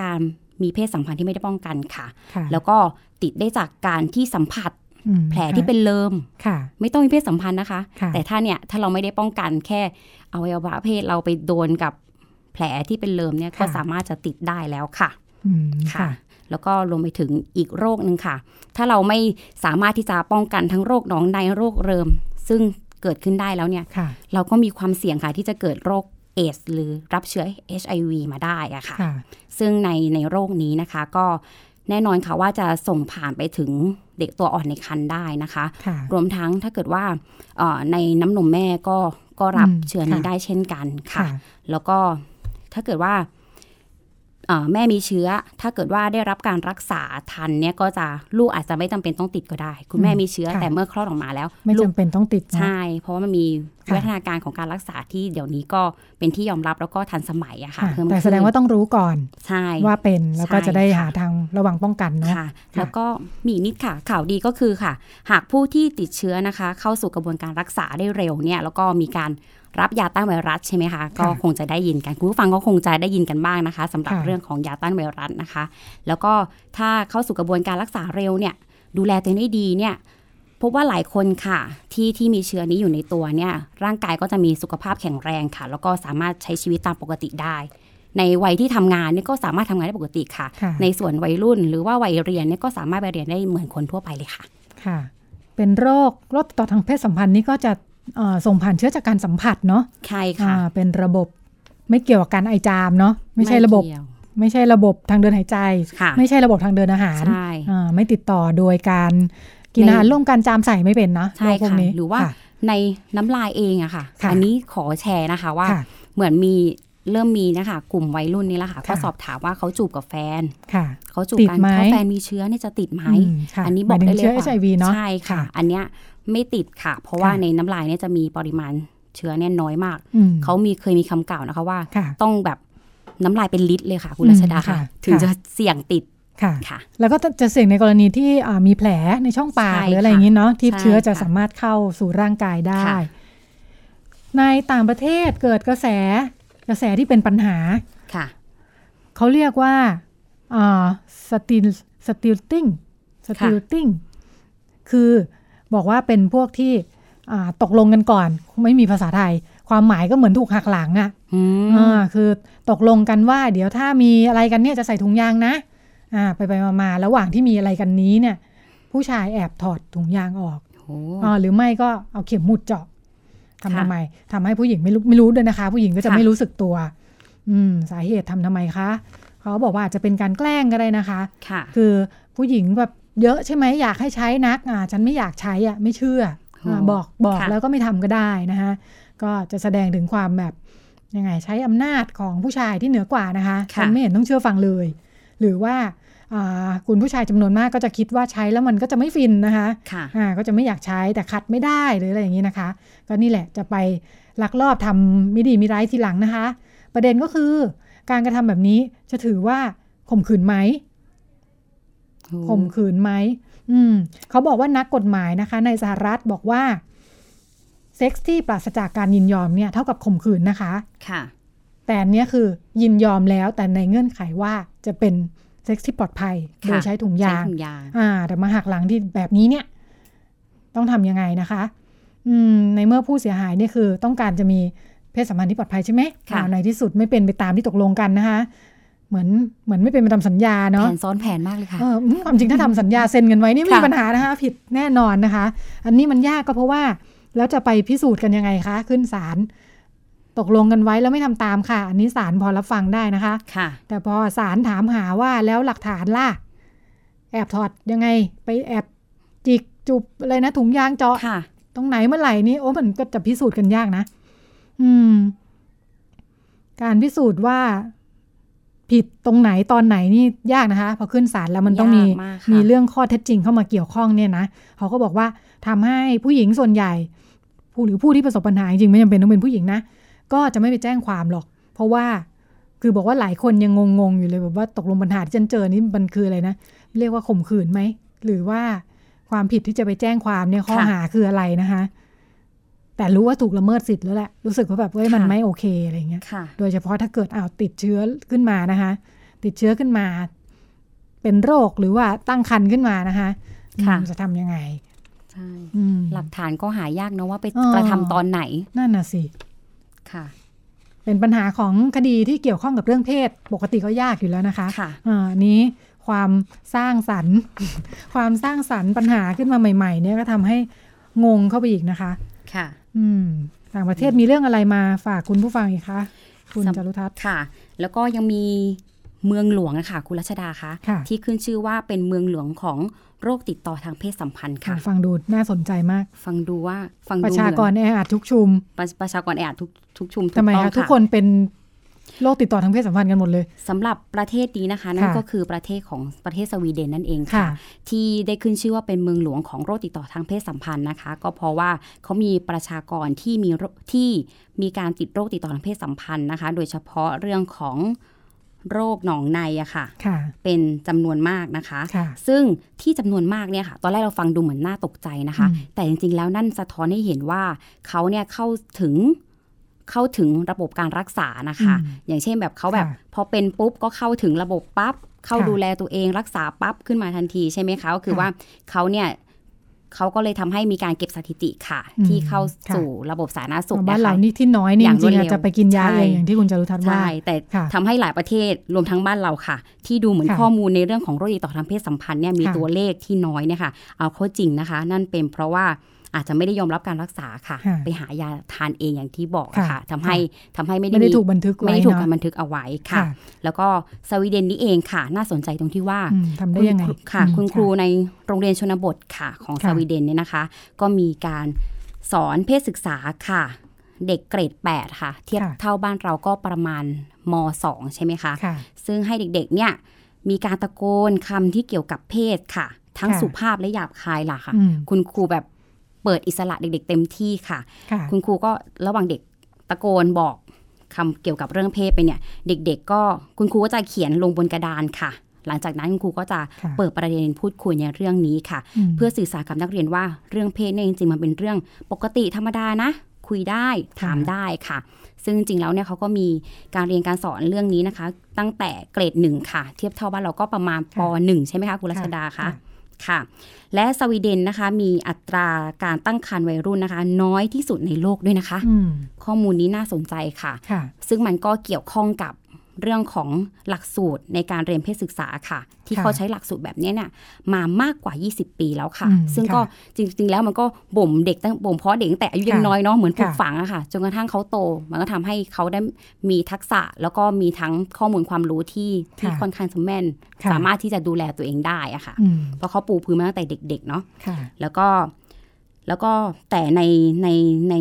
Speaker 3: การมีเพศสัมพันธ์ที่ไม่ได้ป้องกันค่ะ
Speaker 2: ค่ะ
Speaker 3: แล้วก็ติดได้จากการที่สัมผัส
Speaker 2: อืม
Speaker 3: แผลที่เป็นเลิม
Speaker 2: ค่ะ
Speaker 3: ไม่ต้องมีเพศสัมพันธ์นะคะ
Speaker 2: ค่ะ
Speaker 3: แต่ถ้าเนี่ยถ้าเราไม่ได้ป้องกันแค่อวัยวะเพศเราไปโดนกับแผลที่เป็นเลิมเนี่ย
Speaker 2: ค่ะ
Speaker 3: ก็สามารถจะติดได้แล้วค่ะ
Speaker 2: อืม
Speaker 3: ค่ะ
Speaker 2: ค่ะ
Speaker 3: แล้วก็รวมไปถึงอีกโรคหนึ่งค่ะ ถ้าเราไม่สามารถที่จะป้องกันทั้งโรคหนองในโรคเริม ซึ่งเกิดขึ้นได้แล้วเนี่ย
Speaker 2: ค่ะ
Speaker 3: เราก็มีความเสี่ยงค่ะที่จะเกิดโรคเอดสหรือรับเชื้อ HIV มาได้อะค่ะ
Speaker 2: ค่ะ
Speaker 3: ซึ่งในในโรคนี้นะคะก็แน่นอนค่ะว่าจะส่งผ่านไปถึงเด็กตัวอ่อนในครรภ์ได้นะคะ
Speaker 2: ค่ะ
Speaker 3: รวมทั้งถ้าเกิดว่าเอ่อในน้ำนมแม่ก็ก็รับ
Speaker 2: อืม
Speaker 3: เชื้อนี้
Speaker 2: ค่ะ
Speaker 3: ได้เช่นกันค่ะ แล้วก็ถ้าเกิดว่าเอ่อแม่มีเชื้อ ถ้าเกิดว่าได้รับการรักษาทันเนี่ยก็จะลูกอาจจะไม่จำเป็นต้องติดก็ได้ คุณแม่
Speaker 2: อืม
Speaker 3: มีเชื้อ
Speaker 2: ค่ะ
Speaker 3: แต่เมื่อคลอดออกมาแล้ว
Speaker 2: ไม่
Speaker 3: ลู
Speaker 2: จำ
Speaker 3: ก
Speaker 2: เป็นต้องติดเนอะ
Speaker 3: ใช่ เพราะว่ามันมี
Speaker 2: ค่ะ
Speaker 3: วัฒนาการของการรักษาที่เดี๋ยวนี้ก็เป็นที่ยอมรับแล้วก็ทันสมัยอะค่ะ
Speaker 2: ค่ะ
Speaker 3: เพิ่ม
Speaker 2: แต่
Speaker 3: ขึ้น
Speaker 2: แสดงว่าต้องรู้ก่อน
Speaker 3: ใช่
Speaker 2: ว่าเป็นแล้วก็
Speaker 3: ใช่
Speaker 2: จะได้
Speaker 3: ค่ะ
Speaker 2: หาทางระวังป้องกันเนาะ
Speaker 3: ค่ะ แล้วก็มีอีกนิดค่ะ ข่าวดีก็คือค่ะ หากผู้ที่ติดเชื้อนะคะ เข้าสู่กระบวนการรักษาได้เร็วเนี่ย แล้วก็มีการรับยาต้านไวรัสใช่ไหมคะ ก็คงจะได้ยินกันคุณผู้ฟังก็คงจะได้ยินกันบ้างนะคะสำหรับ
Speaker 2: ค่ะ
Speaker 3: เรื่องของยาต้านไวรัสนะคะ แล้วก็ถ้าเข้าสู่กระบวนการรักษาเร็วเนี่ย ดูแลตัวเองได้ดีเนี่ย พบว่าหลายคนค่ะ ที่ที่มีเชื้อนี้อยู่ในตัวเนี่ย ร่างกายก็จะมีสุขภาพแข็งแรงค่ะ แล้วก็สามารถใช้ชีวิตตามปกติได้ ในวัยที่ทำงานเนี่ยก็สามารถทำงานได้ปกติค่ะ
Speaker 2: ค่ะ
Speaker 3: ในส่วนวัยรุ่นหรือว่าวัยเรียนเนี่ยก็สามารถไปเรียนได้เหมือนคนทั่วไปเลยค่ะ
Speaker 2: ค่ะ เป็นโรคโรคติดต่อทางเพศสัมพันธ์นี่ก็จะเอ่อส่งผ่านเชื้อจากการสัมผัสเนาะ
Speaker 3: ใช่ค่ะ
Speaker 2: อ่าเป็นระบบไม่เกี่ยวกับการไอจามเนาะไม่ใช่ระบบ
Speaker 3: เกี่ยว
Speaker 2: ไม่ใช่ระบบทางเดินหายใจ
Speaker 3: ค่ะ
Speaker 2: ไม่ใช่ระบบทางเดินอาหาร
Speaker 3: ใช่
Speaker 2: อ่าไม่ติดต่อโดยการกินอาหารร่วมกันจามใส่ไม่เป็นนะ
Speaker 3: ใช่
Speaker 2: โรพวก
Speaker 3: ค่ะ
Speaker 2: นี้
Speaker 3: หรือว่า
Speaker 2: ค่ะ
Speaker 3: ในน้ำลายเองอะค่ะ
Speaker 2: ค่ะ
Speaker 3: อันนี้ขอแชร์นะคะว่า
Speaker 2: ค่ะ
Speaker 3: เหมือนมีเริ่มมีนะคะ กลุ่มวัยรุ่นนี่แหละค่ะ
Speaker 2: ค่ะ
Speaker 3: ก็สอบถามว่าเขาจูบกับแฟน
Speaker 2: ค่ะ
Speaker 3: เขาจูบ
Speaker 2: ติด
Speaker 3: กัน
Speaker 2: ไหม
Speaker 3: ถ้าแฟนมีเชื้อเนี่ยจะติดไหม
Speaker 2: มค่ะ
Speaker 3: อันนี้บอก
Speaker 2: หมา
Speaker 3: ได้
Speaker 2: ถึง
Speaker 3: เลย
Speaker 2: เชื้อ
Speaker 3: ว่า
Speaker 2: HIV เนาะ
Speaker 3: ใช่ค่ะ
Speaker 2: ค่ะ
Speaker 3: อันเนี้ยไม่ติดค่ะ เพราะว่า
Speaker 2: ค่ะ
Speaker 3: ในน้ำลายเนี่ยจะมีปริมาณเชื้อเนี่ยน้อยมาก
Speaker 2: อืม
Speaker 3: เขามีเคยมีคำกล่าวนะคะว่า
Speaker 2: ค่ะ
Speaker 3: ต้องแบบน้ำลายเป็นลิตรเลยค่ะ คุณ
Speaker 2: อืม
Speaker 3: รัชดาค่ะ
Speaker 2: ค่ะ
Speaker 3: ถึง
Speaker 2: ค่ะ
Speaker 3: จะเสี่ยงติด
Speaker 2: ค่ะ
Speaker 3: ค่ะ
Speaker 2: แล้วก็จะเสี่ยงในกรณีที่อ่ามีแผลในช่องปาก
Speaker 3: ใช่
Speaker 2: หรืออะไรอย่างนี้เนาะที่
Speaker 3: ใช่
Speaker 2: เชื้อจะ
Speaker 3: ค่ะ
Speaker 2: สามารถเข้าสู่ร่างกายได้
Speaker 3: ค่ะ
Speaker 2: ในต่างประเทศเกิดกระแสกระแสที่เป็นปัญหา
Speaker 3: ค่ะ
Speaker 2: เขาเรียกว่าสติลสติลติ้งสติลติ้งคือบอกว่าเป็นพวกที่อ่าตกลงกันก่อน ไม่มีภาษาไทย ความหมายก็เหมือนถูกหักหลังอะ่ะ
Speaker 3: อืม
Speaker 2: อ่าคือตกลงกันว่า เดี๋ยวถ้ามีอะไรกันเนี่ยจะใส่ถุงยางนะอ่าไปไปมามาระหว่างที่มีอะไรกันนี้เนี่ย ผู้ชายแอบถอดถุงยางออก
Speaker 3: โอ้โห
Speaker 2: อ่าหรือไม่ก็เอาเข็มหมุดเจาะทำ
Speaker 3: ค่ะ
Speaker 2: ทำไมทำให้ผู้หญิงไม่รู้ไม่รู้ด้วยนะคะ ผู้หญิงก็จะ
Speaker 3: ค่ะ
Speaker 2: ไม่รู้สึกตัว อืม สาเหตุทำทำไมคะเขาบอกว่าอาจจะเป็นการแกล้งก็ได้นะคะ
Speaker 3: ค่ะ
Speaker 2: คือผู้หญิงแบบเยอะใช่ไหมอยากให้ใช้นักอ่าฉันไม่อยากใช้อ่ะไม่เชื่ออ่า
Speaker 3: โ
Speaker 2: บอกบอก
Speaker 3: ค่ะ
Speaker 2: แล้วก็ไม่ทำก็ได้นะคะก็จะแสดงถึงความแบบยังไงใช้อำนาจของผู้ชายที่เหนือกว่านะคะ
Speaker 3: ค่ะ
Speaker 2: ฉันไม่เห็นต้องเชื่อฟังเลย หรือว่าอ่าคุณผู้ชายจำนวนมากก็จะคิดว่าใช้แล้วมันก็จะไม่ฟินนะคะ
Speaker 3: ค่ะ
Speaker 2: อ่าก็จะไม่อยากใช้แต่คัดไม่ได้หรืออะไรอย่างนี้นะคะ ก็นี่แหละจะไปลักลอบทำไม่ดีไม่ร้ายทีหลังนะคะ ประเด็นก็คือการกระทำแบบนี้จะถือว่าข่มขืนไหมข่มขืนไหมอืมเขาบอกว่านักกฎหมายนะคะ ในสหรัฐบอกว่าเซ็กซ์ที่ปราศจากการยินยอมเนี่ยเท่ากับข่มขืนนะคะ
Speaker 3: ค่ะ
Speaker 2: แต่อันเนี้ยคือยินยอมแล้วแต่ในเงื่อนไขว่าจะเป็นเซ็กซ์ที่ปลอดภัยโดย
Speaker 3: ค่ะ
Speaker 2: ใช้ถุง
Speaker 3: ใช้
Speaker 2: ยาง
Speaker 3: ถุงยาง
Speaker 2: อ่าแต่มาหักหลังที่แบบนี้เนี่ย ต้องทำยังไงนะคะอืมในเมื่อผู้เสียหายเนี่ยคือ ต้องการจะมีเพศสัมพันธ์ที่ปลอดภัยใช่ไหม
Speaker 3: ค่ะ
Speaker 2: อ่าในที่สุดไม่เป็นไปตามที่ตกลงกันนะคะ เหมือนเหมือนไม่เป็นไปตามสัญญาเนาะ
Speaker 3: แผนซ้อนแผนมากเลยค่ะ
Speaker 2: เอออืมความจริงถ้าทำสัญญาเซ็นกันไว้นี่ไม่มี
Speaker 3: ค่ะ
Speaker 2: ปัญหานะคะ ผิดแน่นอนนะคะ อันนี้มันยากก็เพราะว่า แล้วจะไปพิสูจน์กันยังไงคะ ขึ้นศาลตกลงกันไว้แล้วไม่ทำตามค่ะ อันนี้ศาลพอรับฟังได้นะคะ
Speaker 3: ค่ะ
Speaker 2: แต่พอศาลถามหาว่าแล้วหลักฐานล่ะ แอบถอดยังไง ไปแอบจิกจุบอะไรนะ ถุงยางเจาะ
Speaker 3: ค่ะ
Speaker 2: ตรงไหนเมื่อไหร่นี่โอ้มันก็จะพิสูจน์กันยากนะ อืม การพิสูจน์ว่าผิดตรงไหนตอนไหนนี่ยากนะคะ พอขึ้นศาลแล้วมันต้องมี
Speaker 3: ยากมากค่ะ
Speaker 2: มีเรื่องข้อเท็จจริงเข้ามาเกี่ยวข้องเนี่ยนะเขาก็บอกว่าทำให้ผู้หญิงส่วนใหญ่ ผู้หรือผู้ที่ประสบปัญหาจริงๆไม่จำเป็นต้องเป็นผู้หญิงนะก็จะไม่ไปแจ้งความหรอก เพราะว่า คือบอกว่าหลายคนยังงงๆอยู่เลยแบบว่าตกลงปัญหาที่ฉันเจอนี่มันคืออะไรนะเรียกว่าข่มขืนไหมหรือว่าความผิดที่จะไปแจ้งความเนี่ยข้อ
Speaker 3: ค่ะ
Speaker 2: หาคืออะไรนะคะ แต่รู้ว่าถูกละเมิดสิทธิ์แล้วแหละรู้สึกว่าแบบเอ้ยมัน
Speaker 3: ค่ะ
Speaker 2: ไม่โอเคอะไรเงี้ย
Speaker 3: ค่ะ
Speaker 2: โดยเฉพาะถ้าเกิดอ้าวติดเชื้อขึ้นมานะคะ ติดเชื้อขึ้นมา เป็นโรคหรือว่าตั้งครรภ์ขึ้นมานะคะ
Speaker 3: ค่ะ
Speaker 2: อืมจะทำยังไง
Speaker 3: ใช่
Speaker 2: อืม
Speaker 3: หลักฐานก็หายากเนอะว่าไป
Speaker 2: เออ
Speaker 3: กระทำตอนไหน
Speaker 2: นั่นน่ะสิ
Speaker 3: ค่ะ
Speaker 2: เป็นปัญหาของคดีที่เกี่ยวข้องกับเรื่องเพศ ปกติก็ยากอยู่แล้วนะคะ
Speaker 3: ค่ะ
Speaker 2: อ่าอันนี้ความสร้างสรรค์ ความสร้างสรรค์ปัญหาขึ้นมาใหม่ ๆ เนี่ยก็ทำให้งงเข้าไปอีกนะคะ
Speaker 3: ค่ะ
Speaker 2: อืม ต่างประเทศมีเรื่องอะไรมาฝากคุณผู้ฟังอีกคะคุณ
Speaker 3: สำ
Speaker 2: จารุทัศน์
Speaker 3: ค่ะ แล้วก็ยังมีเมืองหลวงนะคะคุณรัชดาคะ
Speaker 2: ค่ะ
Speaker 3: ที่ขึ้นชื่อว่าเป็นเมืองหลวงของโรคติดต่อทางเพศสัมพันธ์ค่ะ
Speaker 2: ฟังดูน่าสนใจมาก
Speaker 3: ฟังดูว่าฟังดู
Speaker 2: ประชากร
Speaker 3: เหมือ
Speaker 2: แออัดทุกชุม
Speaker 3: นประชากรแออัดทุกทุกชุมถูก
Speaker 2: ทำไม
Speaker 3: ต้อ
Speaker 2: คะ
Speaker 3: งค่ะ
Speaker 2: ทุกคนเป็นโรคติดต่อทางเพศสัมพันธ์กันหมดเลย
Speaker 3: สำหรับประเทศนี้นะคะ นั่น
Speaker 2: ค่ะ
Speaker 3: ก็คือประเทศของประเทศสวีเดนนั่นเองค่ะ ที่ได้ขึ้นชื่อว่าเป็นเมืองหลวงของโรคติดต่อทางเพศสัมพันธ์นะคะ ก็เพราะว่าเขามีประชากรที่มีโรที่มีการติดโรคติดต่อทางเพศสัมพันธ์นะคะ โดยเฉพาะเรื่องของโรคหนองในอะค่ะ
Speaker 2: ค่ะ
Speaker 3: เป็นจำนวนมากนะคะ
Speaker 2: ค่ะ
Speaker 3: ซึ่งที่จำนวนมากเนี่ยค่ะ ตอนแรกเราฟังดูเหมือนน่าตกใจนะคะ
Speaker 2: อืม
Speaker 3: แต่จริงๆแล้วนั่นสะท้อนให้เห็นว่าเขาเนี่ยเข้าถึงเข้าถึงระบบการรักษานะคะ
Speaker 2: อืม
Speaker 3: อย่างเช่นแบบเขาแบบ
Speaker 2: ค่ะ
Speaker 3: พอเป็นปุ๊บก็เข้าถึงระบบปั๊บเข้า
Speaker 2: ค่ะ
Speaker 3: ดูแลตัวเองรักษาปั๊บขึ้นมาทันทีใช่ไหมคะก็คือ
Speaker 2: ค่ะ
Speaker 3: ว่าเขาเนี่ยเขาก็เลยทำให้มีการเก็บสถิติค่ะ
Speaker 2: อืม
Speaker 3: ที่เข้า
Speaker 2: ค่ะ
Speaker 3: สู่ระบบสาธารณสุข
Speaker 2: บ้าน
Speaker 3: นะคะ
Speaker 2: เรานี่ที่น้อยนี่จ
Speaker 3: อย่าง
Speaker 2: ริงๆ
Speaker 3: รวดเร็ว
Speaker 2: อาจจะไปกินยา
Speaker 3: ใช่
Speaker 2: เองอย่างที่คุณจารุทัศน์ว่า
Speaker 3: ใช่แต่
Speaker 2: ค่ะ
Speaker 3: ทำให้หลายประเทศรวมทั้งบ้านเราค่ะ ที่ดูเหมือน
Speaker 2: ค่ะ
Speaker 3: ข้อมูลในเรื่องของโรคติดต่อทางเพศสัมพันธ์เนี่ยมี
Speaker 2: ค่ะ
Speaker 3: ตัวเลขที่น้อยเนี่ยค่ะเอาเข้าจริงนะคะ นั่นเป็นเพราะว่า อาจจะไม่ได้ยอมรับการรักษาค่ะ
Speaker 2: ค่ะ
Speaker 3: ไปหายาทานเองอย่างที่บอกอะ
Speaker 2: ค่ะ
Speaker 3: ค่ะทำให้ทำให้ไม่ได้
Speaker 2: ไม่ได้
Speaker 3: มี
Speaker 2: ถูกบันทึก
Speaker 3: ไม่
Speaker 2: ไว้
Speaker 3: ได้ถูก
Speaker 2: เน
Speaker 3: การ
Speaker 2: อะ
Speaker 3: บันทึกเอาไว้ค่ะ แล้วก็สวีเดนนี่เองค่ะ น่าสนใจตรงที่ว่า
Speaker 2: อืมทำได้ยังไง
Speaker 3: คุณครูค่ะ
Speaker 2: อืม
Speaker 3: คุณครูในโรงเรียนชนบทค่ะ ของส
Speaker 2: ค่ะ
Speaker 3: วีเดนเนี่ยนะคะ ก็มีการสอนเพศศึกษาค่ะ เด็กเกรด 8 ค่ะ เทียบเท่าบ้านเราก็ประมาณม 2 ใช่ไหมคะ
Speaker 2: ค่ะ
Speaker 3: ซึ่งให้เด็กๆเนี่ยมีการตะโกนคำที่เกี่ยวกับเพศค่ะ ทั้ง
Speaker 2: ค่ะ
Speaker 3: สุภาพและหยาบคายล่ะค่ะ
Speaker 2: อืม
Speaker 3: คุณครูแบบเปิดอิสระเด็กๆ เต็มที่ค่ะ
Speaker 2: ค่ะ
Speaker 3: คุณครูก็ระหว่างเด็กตะโกนบอกคำเกี่ยวกับเรื่องเพศไปเนี่ย เด็กๆ ก็คุณครูก็จะเขียนลงบนกระดานค่ะ หลังจากนั้นคุณครูก็จะ
Speaker 2: ค่ะ
Speaker 3: เปิดประเด็นพูดคุยในเรื่องนี้ค่ะ
Speaker 2: ม
Speaker 3: เพื่อสื่อสารกับนักเรียนว่าเรื่องเพศเนี่ยจริงๆมันเป็นเรื่องปกติธรรมดานะ คุยได้ถามได้ค่ะ ซึ่งจริงๆแล้วเนี่ยเขาก็มีการเรียนการสอนเรื่องนี้นะคะ ตั้งแต่เกรดหนึ่งค่ะ เทียบเท่าบ้านเราก็ประมาณปหนึ่งใช่ไหมคะคุณรัชดาคะ ค่ะและสวีเดนนะคะมีอัตราการตั้งครรภ์วัยรุ่นนะคะ น้อยที่สุดในโลกด้วยนะคะ
Speaker 2: อืม
Speaker 3: ข้อมูลนี้น่าสนใจค่ะ
Speaker 2: ค่ะ
Speaker 3: ซึ่งมันก็เกี่ยวข้องกับเรื่องของหลักสูตรในการเรียนเพศศึกษาค่ะ ที่
Speaker 2: ค่ะ
Speaker 3: เขาใช้หลักสูตรแบบเนี้ยเนี่ยมามากกว่า 20 ปีแล้วค่ะ
Speaker 2: อืม
Speaker 3: ซึ่งก็จริง ๆ แล้วมันก็บ่มเด็กตั้งบ่มเพาะเด็กตั้งแต่อายุยัง
Speaker 2: ค่ะ
Speaker 3: น้อยเนาะเหมือนปลูก
Speaker 2: ค่ะ
Speaker 3: ฝังอะค่ะจนกระทั่งเขาโต มันก็ทำให้เขาได้มีทักษะแล้วก็มีทั้งข้อมูลความรู้ที่ที่ค่อนข้างจะแม่น
Speaker 2: ค่ะ
Speaker 3: สามารถที่จะดูแลตัวเองได้อะค่ะ
Speaker 2: อืม
Speaker 3: เพราะเขาปูพื้นมาตั้งแต่เด็ก ๆ เนาะ
Speaker 2: ค่ะ
Speaker 3: แล้วก็แล้วก็แต่ในในใน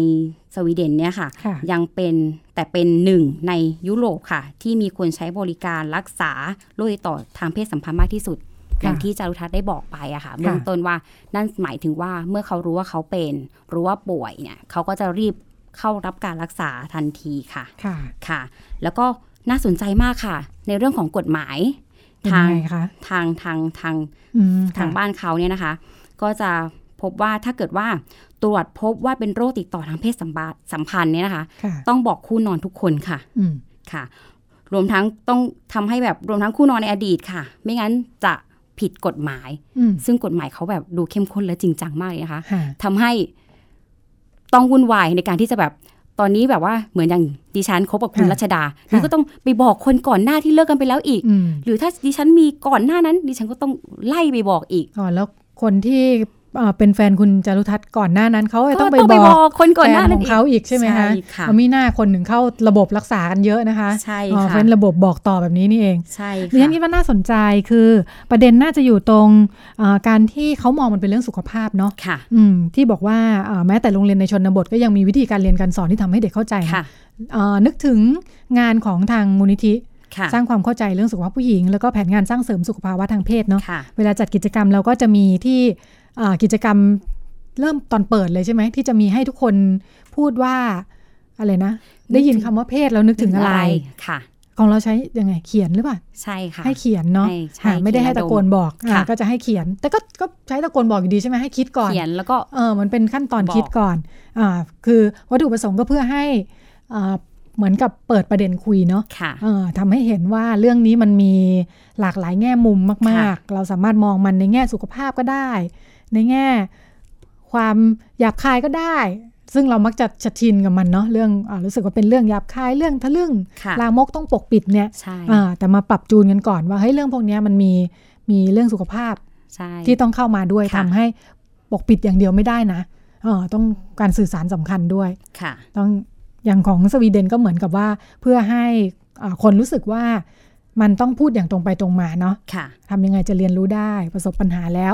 Speaker 3: สวีเดนเนี่ยค่ะ
Speaker 2: ค่ะ
Speaker 3: ยังเป็นแต่เป็นหนึ่งในยุโรปค่ะ ที่มีคนใช้บริการรักษาโรคติดต่อทางเพศสัมพันธ์มากที่สุด อย่างที่จารุทัศน์ได้บอกไปอะค่ะ เบื้องต้นว่านั่นหมายถึงว่าเมื่อเขารู้ว่าเขาเป็นรู้ว่าป่วยเนี่ยเขาก็จะรีบเข้ารับการรักษาทันทีค่ะ
Speaker 2: ค่ะ
Speaker 3: ค่ะ แล้วก็น่าสนใจมากค่ะ ในเรื่องของกฎหมาย
Speaker 2: เป็น
Speaker 3: ทาง
Speaker 2: ไงคะ
Speaker 3: ทางทางทาง
Speaker 2: อืม
Speaker 3: ทาง
Speaker 2: ค่ะ
Speaker 3: บ้านเขาเนี่ยนะคะ ก็จะพบว่าถ้าเกิดว่าตรวจพบว่าเป็นโรคติดต่อทางเพศสัมพันธ์สัมพันธ์เนี่ยนะคะ
Speaker 2: ค่ะ
Speaker 3: ต้องบอกคู่นอนทุกคนค่ะ
Speaker 2: อืม
Speaker 3: ค่ะ รวมทั้งต้องทำให้แบบรวมทั้งคู่นอนในอดีตค่ะ ไม่งั้นจะผิดกฎหมาย
Speaker 2: อืม
Speaker 3: ซึ่งกฎหมายเขาแบบดูเข้มข้นและจริงจังมากเลยนะคะ
Speaker 2: ค่ะ
Speaker 3: ทำให้ต้องวุ่นวายในการที่จะแบบตอนนี้แบบว่าเหมือนอย่างดิฉันคบกับคุณ
Speaker 2: ค่ะ
Speaker 3: รัชดาหนู
Speaker 2: ค่ะ
Speaker 3: ก็ต้องไปบอกคนก่อนหน้าที่เลิกกันไปแล้วอีก
Speaker 2: อืม
Speaker 3: หรือถ้าดิฉันมีก่อนหน้านั้น ดิฉันก็ต้องไล่ไปบอกอีก
Speaker 2: อ๋อแล้วคนที่เอ่อเป็นแฟนคุณจารุทัศน์ก่อนหน้านั้นเขาก็ต้องไป
Speaker 3: ก็
Speaker 2: บอก
Speaker 3: คนก่อน
Speaker 2: แฟ
Speaker 3: หน้า
Speaker 2: ข
Speaker 3: นนั้
Speaker 2: อน ง
Speaker 3: อีก
Speaker 2: เขาอีกใช่ไหมคะ
Speaker 3: ใช่ค่ะ
Speaker 2: เอามีหน้าคนหนึ่งเข้าระบบรักษากันเยอะนะคะ
Speaker 3: ใช่
Speaker 2: อ๋อ
Speaker 3: ค่ะ
Speaker 2: เป็นระบบบอกต่อแบบนี้นี่เอง
Speaker 3: ใช่
Speaker 2: ดิฉันคิด
Speaker 3: ค่ะ
Speaker 2: ว่าน่าสนใจคือประเด็นน่าจะอยู่ตรงเอ่อการที่เขามองมันเป็นเรื่องสุขภาพเนาะ
Speaker 3: ค่ะ
Speaker 2: อืมที่บอกว่าเอ่อแม้แต่โรงเรียนในชนบทก็ยังมีวิธีการเรียนการสอนที่ทำให้เด็กเข้าใจนะ
Speaker 3: ค่ะ
Speaker 2: เอ่อนึกถึงงานของทางมูลนิธิ
Speaker 3: ค่ะ
Speaker 2: สร้างความเข้าใจเรื่องสุขภาพผู้หญิง แล้วก็แผนงานสร้างเสริมสุขภาวะทางเพศเนาะ
Speaker 3: ค่ะ
Speaker 2: เวลาจัดกิจกรรมเราก็จะมีที่เอ่อกิจกรรมเริ่มตอนเปิดเลยใช่ไหมที่จะมีให้ทุกคนพูดว่าอะไรนะ ได้ยินคำว่าเพศแล้วนึกถึงอะไร
Speaker 3: ค่ะ
Speaker 2: ของเราใช้ยังไงเขียนหรือเปล่า
Speaker 3: ใช่ค่ะ
Speaker 2: ให้เขียนเนาะ
Speaker 3: ให้ใช่
Speaker 2: อ่าไม่ได้ให้ตะโกนบอก
Speaker 3: ค่ะ
Speaker 2: อ่าก็จะให้เขียน แต่ก็ก็ใช้ตะโกนบอกอยู่ดีใช่ไหมให้คิดก่อน
Speaker 3: เขียนแล้วก็
Speaker 2: เออมันเป็นขั้นตอน
Speaker 3: บอก
Speaker 2: คิดก่อนอ่าคือวัตถุประสงค์ก็เพื่อให้อ่าเหมือนกับเปิดประเด็นคุยเนาะ
Speaker 3: ค่ะ
Speaker 2: เออทำให้เห็นว่าเรื่องนี้มันมีหลากหลายแง่มุมมาก ๆ เราสามารถมองมันในแง่สุขภาพก็ได้ ในแง่ ความหยาบคายก็ได้ ซึ่งเรามักจะชะชินกับมันเนาะเรื่องอารู้สึกว่าเป็นเรื่องหยาบคายเรื่องทะลึ่ง
Speaker 3: ค่ะ
Speaker 2: ลามกต้องปกปิดเนี่ย
Speaker 3: ใช่
Speaker 2: อ่าแต่มาปรับจูนกันก่อนว่าเฮ้ยเรื่องพวกเนี้ยมันมีมีเรื่องสุขภาพ
Speaker 3: ใช่
Speaker 2: ที่ต้องเข้ามาด้วย
Speaker 3: ค่ะ
Speaker 2: ทำให้ปกปิดอย่างเดียวไม่ได้นะเออต้องการสื่อสารสำคัญด้วย
Speaker 3: ค่ะ
Speaker 2: ต้องอย่างของสวีเดนก็เหมือนกับว่าเพื่อให้อ่าคนรู้สึกว่ามันต้องพูดอย่างตรงไปตรงมาเนาะ
Speaker 3: ค่ะ
Speaker 2: ทำยังไงจะเรียนรู้ได้ประสบปัญหาแล้ว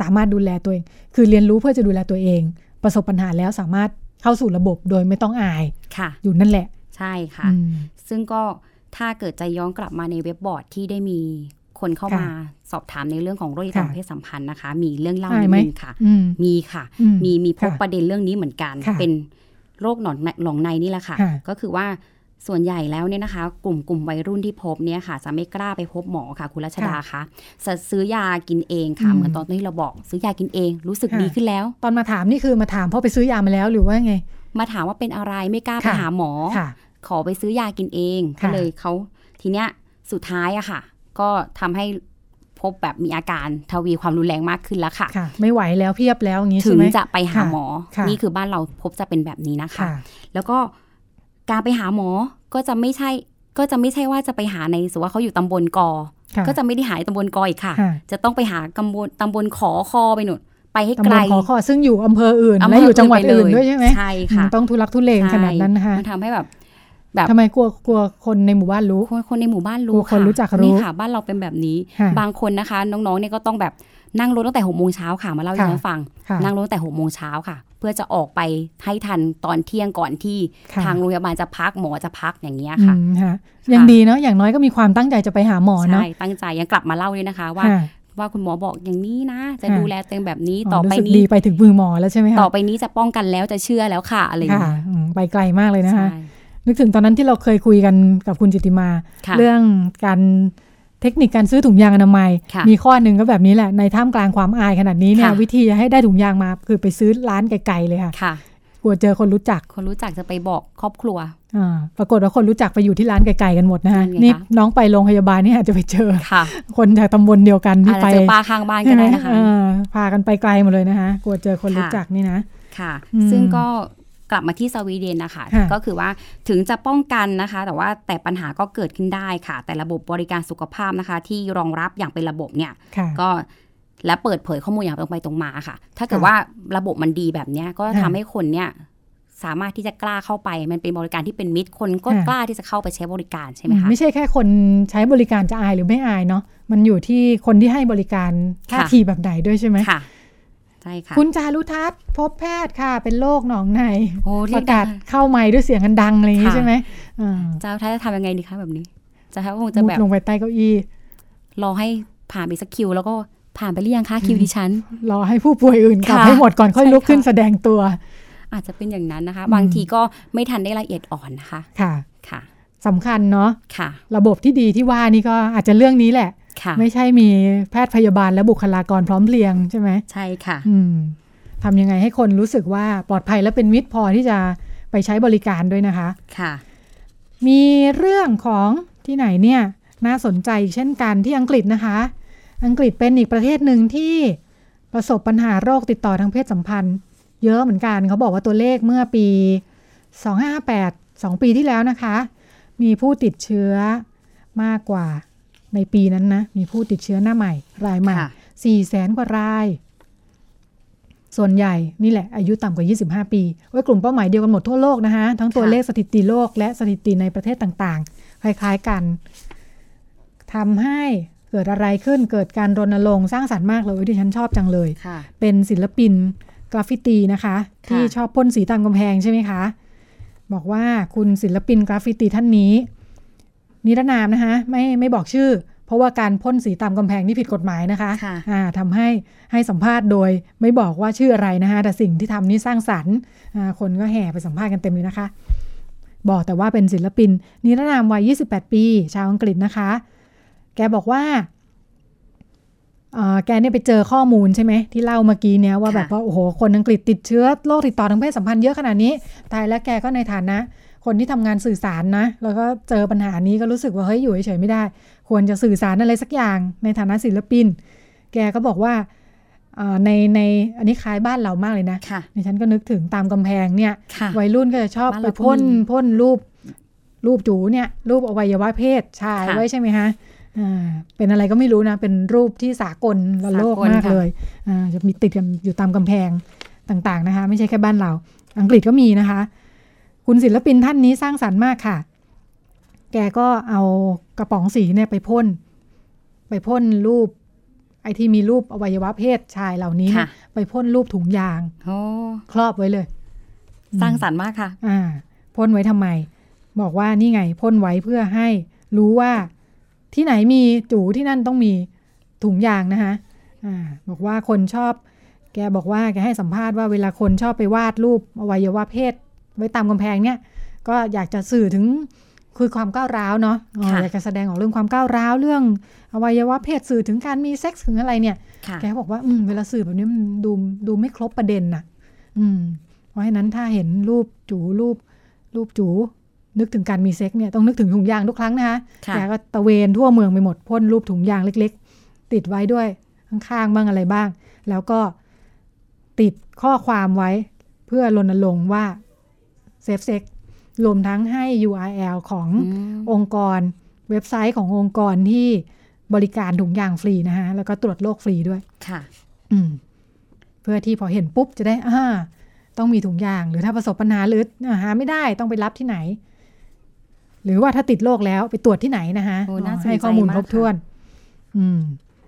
Speaker 2: สามารถดูแลตัวเอง คือเรียนรู้เพื่อจะดูแลตัวเอง ประสบปัญหาแล้วสามารถเข้าสู่ระบบโดยไม่ต้องอาย
Speaker 3: ค่ะ
Speaker 2: อยู่นั่นแหละ
Speaker 3: ใช่ค่ะ
Speaker 2: อืม
Speaker 3: ซึ่งก็ถ้าเกิดจะย้อนกลับมาในเว็บบอร์ดที่ได้มีคนเข้า
Speaker 2: ค่ะ
Speaker 3: มาสอบถามในเรื่องของโรคติดต่อ
Speaker 2: ค่ะ
Speaker 3: เพศสัมพันธ์นะคะ มีเรื่องเล่า
Speaker 2: อาย
Speaker 3: นิด
Speaker 2: ไหม
Speaker 3: นึงค่ะ
Speaker 2: อืม
Speaker 3: มีค่ะ
Speaker 2: อืม
Speaker 3: มีมีพบ
Speaker 2: ค่ะ
Speaker 3: ประเด็นเรื่องนี้เหมือนกัน
Speaker 2: ค่ะ
Speaker 3: เป็นโรคหนอนหลองในนี่แหละค่ะ
Speaker 2: ค่ะ
Speaker 3: ก็คือว่าส่วนใหญ่แล้วเนี่ยนะคะ กลุ่มกลุ่มวัยรุ่นที่พบเนี่ยค่ะ จะไม่กล้าไปพบหมอค่ะ คุณรัชดาคะจะซื้อยากินเองค่ะ
Speaker 2: อืม
Speaker 3: เหมือนตอนที่เราบอก ซื้อยากินเองรู้สึก
Speaker 2: ค่ะ
Speaker 3: ดีขึ้นแล้ว
Speaker 2: ตอนมาถามนี่คือมาถามเพราะไปซื้อยามาแล้วหรือว่าไง
Speaker 3: มาถามว่าเป็นอะไรไม่กล้าไป
Speaker 2: ค่ะ
Speaker 3: หาหมอ
Speaker 2: ค่ะ
Speaker 3: ขอไปซื้อยากินเอง
Speaker 2: ค่ะ
Speaker 3: ก็เลยเขาทีเนี้ยสุดท้ายอะค่ะ ก็ทำให้พบแบบมีอาการทวีความรุนแรงมากขึ้นแล้วค่ะ
Speaker 2: ค่ะ ไม่ไหวแล้วเพียบแล้วอย่างนี้
Speaker 3: ถึ
Speaker 2: ใช่
Speaker 3: ง
Speaker 2: ไหม
Speaker 3: จะไปหาหมอ
Speaker 2: ค่ะ
Speaker 3: นี่คือบ้านเราพบจะเป็นแบบนี้นะคะ
Speaker 2: ค่ะ
Speaker 3: แล้วก็การไปหาหมอก็จะไม่ใช่ก็จะไม่ใช่ว่าจะไปหาในสมมุติว่าเขาอยู่ตำบลกอ
Speaker 2: ค่ะ
Speaker 3: ก็จะไม่ได้หาในตำบลกออีกค่ะ
Speaker 2: ค่ะ
Speaker 3: จะต้องไปหากำบลตำบลขอคอไปหนุนไป ให้ไก
Speaker 2: ตำบ
Speaker 3: ล
Speaker 2: ลขอคอซึ่งอยู่อำเภออื่น
Speaker 3: ำเภ
Speaker 2: และอยู่จังหวัดอื่น
Speaker 3: ไปเล
Speaker 2: ด้วยใช่ไหม
Speaker 3: ใช่ค่ะ
Speaker 2: อืมต้องทุลักทุเลงขนาดนั้นนะคะ
Speaker 3: ใช่มันทำให้แบบ แบบ
Speaker 2: ทำไมกลัวกลัวคนในหมู่บ้านรู้
Speaker 3: คนคนในหมู่บ้าน
Speaker 2: กลั
Speaker 3: รู้
Speaker 2: วคนรู้จักรู้
Speaker 3: นี่ค่ะ บ้านเราเป็นแบบนี้
Speaker 2: ค่ะ
Speaker 3: บางคนนะคะ น้องๆเนี่ยก็ต้องแบบนั่งรถตั้งแต่หกโมงเช้าค่ะมาเล่าให้
Speaker 2: ค่ะ
Speaker 3: ฉันฟัง
Speaker 2: ค่ะ
Speaker 3: นั่งรถตั้งแต่หกโมงเช้าค่ะ เพื่อจะออกไปให้ทันตอนเที่ยงก่อนที่
Speaker 2: ค่ะ
Speaker 3: ทางโรงพยาบาลจะพักหมอจะพักอย่างเงี้ย
Speaker 2: อื
Speaker 3: ค่ะ
Speaker 2: มค่ะยังดีเนาะอย่างน้อยก็มีความตั้งใจจะไปหาหมอเนาะ
Speaker 3: ใช่ ตั้งใจยังกลับมาเล่าด้วยนะคะ ว่า
Speaker 2: ค่ะ
Speaker 3: ว่าคุณหมอบอกอย่างนี้นะ จะ
Speaker 2: ค่ะ
Speaker 3: ดูแลตัวเองแบบนี้
Speaker 2: อ๋อ
Speaker 3: ต่อไป
Speaker 2: รู้สึกดี
Speaker 3: นี้
Speaker 2: ไปถึงมือหมอแล้วใช่ไหมคะ
Speaker 3: ต่อไปนี้จะป้องกันแล้วจะเชื่อแล้วค่ะอะไรอย่าง
Speaker 2: ค่ะ
Speaker 3: เงี้ย
Speaker 2: อืมไปไกลมากเลยนะ
Speaker 3: ใช่
Speaker 2: คะ นึกถึงตอนนั้นที่เราเคยคุยกันกับคุณจิตติมา
Speaker 3: ค่ะ
Speaker 2: เรื่องการเทคนิคการซื้อถุงยางอนามัย
Speaker 3: ค่ะ
Speaker 2: มีข้อหนึ่งก็แบบนี้แหละในท่ามกลางความอายขนาดนี้เนี่ย
Speaker 3: ค่ะ
Speaker 2: วิธีให้ได้ถุงยางมาคือไปซื้อร้านไกลๆเลยค่ะ
Speaker 3: ค่ะ
Speaker 2: กลัวเจอคนรู้จัก
Speaker 3: คนรู้จักจะไปบอกครอบค รัว
Speaker 2: อ่าปรากฏว่าคนรู้จักไปอยู่ที่ร้านไกลๆกันหมดนะคะ
Speaker 3: นั่นไงคะ
Speaker 2: นี่น้องไปโรงพยาบาลเนี่ยอาจจะไปเจอ
Speaker 3: ค่ะ
Speaker 2: คนจากตำบลเดียวกันที่
Speaker 3: อาจ
Speaker 2: ไป
Speaker 3: จะเจอป้าข้างบ้านก็
Speaker 2: ใช่ไหม
Speaker 3: ได้นะคะ
Speaker 2: เออพากันไปไกลหมดเลยนะคะกลัวเจอคนรู้
Speaker 3: ค่ะ
Speaker 2: จักนี่นะ
Speaker 3: ค่ะ
Speaker 2: อืม
Speaker 3: ซึ่งก็กลับมาที่สวีเดนนะคะ
Speaker 2: ค่ะ
Speaker 3: ก็คือว่าถึงจะป้องกันนะคะ แต่ว่าแต่ปัญหาก็เกิดขึ้นได้ค่ะ แต่ระบบบริการสุขภาพนะคะ ที่รองรับอย่างเป็นระบบเนี่ย
Speaker 2: ค่ะ
Speaker 3: ก็และเปิดเผยข้อมูลอย่างตรงไปตรงมาค่ะ ถ้าเกิด
Speaker 2: ค่ะ
Speaker 3: ว่าระบบมันดีแบบเนี้ยก็ทำ
Speaker 2: ค่ะ
Speaker 3: ให้คนเนี่ยสามารถที่จะกล้าเข้าไป มันเป็นบริการที่เป็นมิตรคนก็
Speaker 2: ค่ะ
Speaker 3: กล้าที่จะเข้าไปใช้บริการใช่ไหมคะ
Speaker 2: ไม่ใช่แค่คนใช้บริการจะอายหรือไม่อายเนาะมันอยู่ที่คนที่ให้บริการท่า
Speaker 3: ค่ะ
Speaker 2: ทีแบบไหนด้วยใช่ไหม
Speaker 3: ค่ะใช่ค่ะ
Speaker 2: คุณจารุทัศน์พบแพทย์ค่ะ เป็นโรคหนองใน
Speaker 3: โอ้
Speaker 2: ป
Speaker 3: เรีย
Speaker 2: ระ
Speaker 3: กได้
Speaker 2: กาศเข้าไม้ด้วยเสียงกันดังอะไรอย่างนี้
Speaker 3: ค่ะ
Speaker 2: ใช่ไหมอ่า
Speaker 3: เจ้าท้ายจะทำยังไงดีคะแบบนี้เจะท้ายก็คงจะ
Speaker 2: มุด
Speaker 3: แบบ
Speaker 2: ลงไปใต้เก้าอี้
Speaker 3: รอให้ผ่านไปสักคิว แล้วก็ผ่านไปหรือยังคะคิวดิฉัน
Speaker 2: รอให้ผู้ป่วยอื่นกลับ
Speaker 3: ค่ะ
Speaker 2: ให้หมดก่อนค่อย
Speaker 3: ใช่
Speaker 2: ลุกขึ้น
Speaker 3: ค่ะ
Speaker 2: แสดงตัว
Speaker 3: อาจจะเป็นอย่างนั้นนะคะ
Speaker 2: อืม
Speaker 3: บางทีก็ไม่ทันได้ละเอียดอ่อนนะคะ
Speaker 2: ค่ะ
Speaker 3: ค่ะ
Speaker 2: สำคัญเนาะ
Speaker 3: ค่ะ
Speaker 2: ระบบที่ดีที่ว่านี่ก็อาจจะเรื่องนี้แหละ
Speaker 3: ค่ะ
Speaker 2: ไม่ใช่มีแพทย์พยาบาลและบุคลากรพร้อมเพรียงใช่ไหม
Speaker 3: ใช่ค่ะ
Speaker 2: อืมทำยังไงให้คนรู้สึกว่าปลอดภัยและเป็นมิตรพอที่จะไปใช้บริการด้วยนะคะ
Speaker 3: ค่ะ
Speaker 2: มีเรื่องของที่ไหนเนี่ยน่าสนใจอีกเช่นกันที่อังกฤษนะคะ อังกฤษเป็นอีกประเทศหนึ่งที่ประสบปัญหาโรคติดต่อทางเพศสัมพันธ์ เยอะเหมือนกันเขาบอกว่าตัวเลขเมื่อปี 2558 2 ปีที่แล้วนะคะ มีผู้ติดเชื้อมากกว่าในปีนั้นนะ มีผู้ติดเชื้อหน้าใหม่ รายใหม่
Speaker 3: ค่ะ
Speaker 2: 4แสนกว่าราย ส่วนใหญ่นี่แหละอายุต่ำกว่า 25 ปีไว้กลุ่มเป้าหมายเดียวกันหมดทั่วโลกนะคะ ทั้งตัว
Speaker 3: ค่ะ
Speaker 2: เลขสถิติโลกและสถิติในประเทศต่างๆ คล้ายๆกันทำให้เกิดอะไรขึ้นเกิดการรณรงค์สร้างสรรค์มากเลยที่ฉันชอบจังเลย
Speaker 3: ค่ะ
Speaker 2: เป็นศิลปินกราฟฟิตีนะคะ
Speaker 3: ค่ะ
Speaker 2: ที่ชอบพ่นสีตามกำแพงใช่ไหมคะ บอกว่าคุณศิลปินกราฟฟิตีท่านนี้ นิรนามนะคะ ไม่ไม่บอกชื่อ เพราะว่าการพ่นสีตามกำแพงนี่ผิดกฎหมายนะคะ
Speaker 3: ค่ะ
Speaker 2: อ่าทำให้ให้สัมภาษณ์โดยไม่บอกว่าชื่ออะไรนะคะแต่สิ่งที่ทำนี่สร้างสรรค์อ่าคนก็แห่ไปสัมภาษณ์กันเต็มเลยนะคะ บอกแต่ว่าเป็นศิลปิน นิรนามวัย 28 ปี ชาวอังกฤษนะคะ แกบอกว่าอ่าแกเนี่ยไปเจอข้อมูลใช่ไหมที่เล่าเมื่อกี้เนี้ยว่า
Speaker 3: ค่ะ
Speaker 2: แบบว่าโอ้โหคนอังกฤษติดเชื้อโรคติดต่อทางเพศสัมพันธ์เยอะขนาดนี้ ตายแล้วแกก็ในฐานะ คนที่ทำงานสื่อสารนะ แล้วก็เจอปัญหานี้ก็รู้สึกว่าเฮ้ยอยู่เฉยๆไม่ได้ ควรจะสื่อสารอะไรสักอย่างในฐานะศิลปิน แกก็บอกว่าอ่าในในอันนี้คล้ายบ้านเรามากเลยนะ
Speaker 3: ค่ะ
Speaker 2: ดิฉันก็นึกถึงตามกำแพงเนี่ย
Speaker 3: ค่ะ
Speaker 2: วัยรุ่นก็จะชอบ
Speaker 3: บ้าน
Speaker 2: ไป
Speaker 3: เราก็
Speaker 2: พ่น
Speaker 3: มี
Speaker 2: พ่นรูป รูปจูเนี่ย รูปอวัยวะเพศชาย
Speaker 3: ค่ะ
Speaker 2: ไว้ใช่ไหมฮะอ่าเป็นอะไรก็ไม่รู้นะ เป็นรูปที่สากลระโลก
Speaker 3: สากล
Speaker 2: มาก
Speaker 3: ค่ะ
Speaker 2: เลยอ่าจะมีติดกันอยู่ตามกำแพงต่างๆนะคะ ไม่ใช่แค่บ้านเรา อังกฤษก็มีนะคะ คุณศิลปินท่านนี้สร้างสรรค์มากค่ะ แกก็เอากระป๋องสีเนี่ยไปพ่น ไปพ่นรูป ไอที่มีรูปอวัยวะเพศชายเหล่านี้เนี่ย
Speaker 3: ค่ะ
Speaker 2: ไปพ่นรูปถุงยาง
Speaker 3: โอ้
Speaker 2: ครอบไว้เลย
Speaker 3: สร้างสรรค์มากค่ะ
Speaker 2: อ่าพ่นไว้ทำไม บอกว่านี่ไงพ่นไว้เพื่อให้รู้ว่าที่ไหนมีจูที่นั่นต้องมีถุงยางนะคะอ่าบอกว่าคนชอบ แกบอกว่าแกให้สัมภาษณ์ว่าเวลาคนชอบไปวาดรูปอวัยวะเพศ ไว้ตามกำแพงเนี่ย ก็อยากจะสื่อถึงคือความก้าวร้าวเนาะอ๋อ
Speaker 3: ค่ะ
Speaker 2: อยากจะแสดงออกเรื่องความก้าวร้าวเรื่องอวัยวะเพศสื่อถึงการมีเซ็กส์ถึงอะไรเนี่ย
Speaker 3: ค่ะ
Speaker 2: แกบอกว่าอืมเวลาสื่อแบบนี้มันดูดูไม่ครบประเด็นน่ะ อืม เพราะฉะนั้นถ้าเห็นรูปจูรูป รูปจู นึกถึงการมีเซ็กเนี่ยต้องนึกถึงถุงยางทุกครั้งนะคะ
Speaker 3: ค่ะ
Speaker 2: แกก็ตะเวนทั่วเมืองไปหมดพ่นรูปถุงยางเล็ก ๆ ติดไว้ด้วยข้างๆบ้างอะไรบ้าง แล้วก็ติดข้อความไว้เพื่อรณรงค์ว่าเซฟเซ็กรวมทั้งให้ URL ของ
Speaker 3: อืม
Speaker 2: องค์กรเว็บไซต์ขององค์กรที่บริการถุงยางฟรีนะฮะ แล้วก็ตรวจโรคฟรีด้วย
Speaker 3: ค่ะ
Speaker 2: อืม พื่อที่พอเห็นปุ๊บจะได้อ่าต้องมีถุงยาง หรือถ้าประสบปัญหาหรืออ่าหาไม่ได้ต้องไปรับที่ไหน หรือว่าถ้าติดโรคแล้วไปตรวจที่ไหนนะคะ
Speaker 3: โอ้น่าสนใจ
Speaker 2: ให้ข้อมูล
Speaker 3: มาก
Speaker 2: ครบถ้วน อืม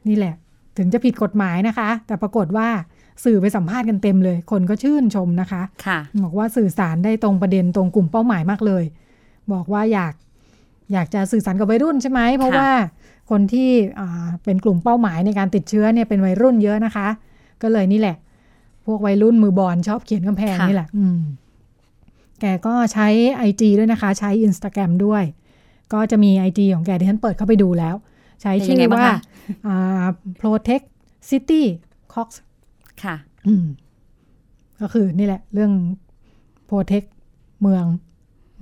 Speaker 2: นี่แหละ ถึงจะผิดกฎหมายนะคะ แต่ปรากฏว่าสื่อไปสัมภาษณ์กันเต็มเลย คนก็ชื่นชมนะคะ
Speaker 3: ค่ะ
Speaker 2: บอกว่าสื่อสารได้ตรงประเด็นตรงกลุ่มเป้าหมายมากเลย บอกว่าอยากอยากจะสื่อสารกับวัยรุ่นใช่ไหม เพราะ
Speaker 3: ค่ะ
Speaker 2: ว่าคนที่อ่าเป็นกลุ่มเป้าหมายในการติดเชื้อเนี่ยเป็นวัยรุ่นเยอะนะคะ ก็เลยนี่แหละ พวกวัยรุ่นมือบอลชอบเขียนกำแพงนี่แหละ อืม แกก็ใช้ IG ด้วยนะคะ ใช้ Instagram ด้วย ก็จะมี IG ของแกที่ฉันเปิดเข้าไปดูแล้ว ใช้ชื่อว่าอ่า protect city cox
Speaker 3: ค่ะ
Speaker 2: อืมก็คือนี่แหละ เรื่องโปรเทคเมือง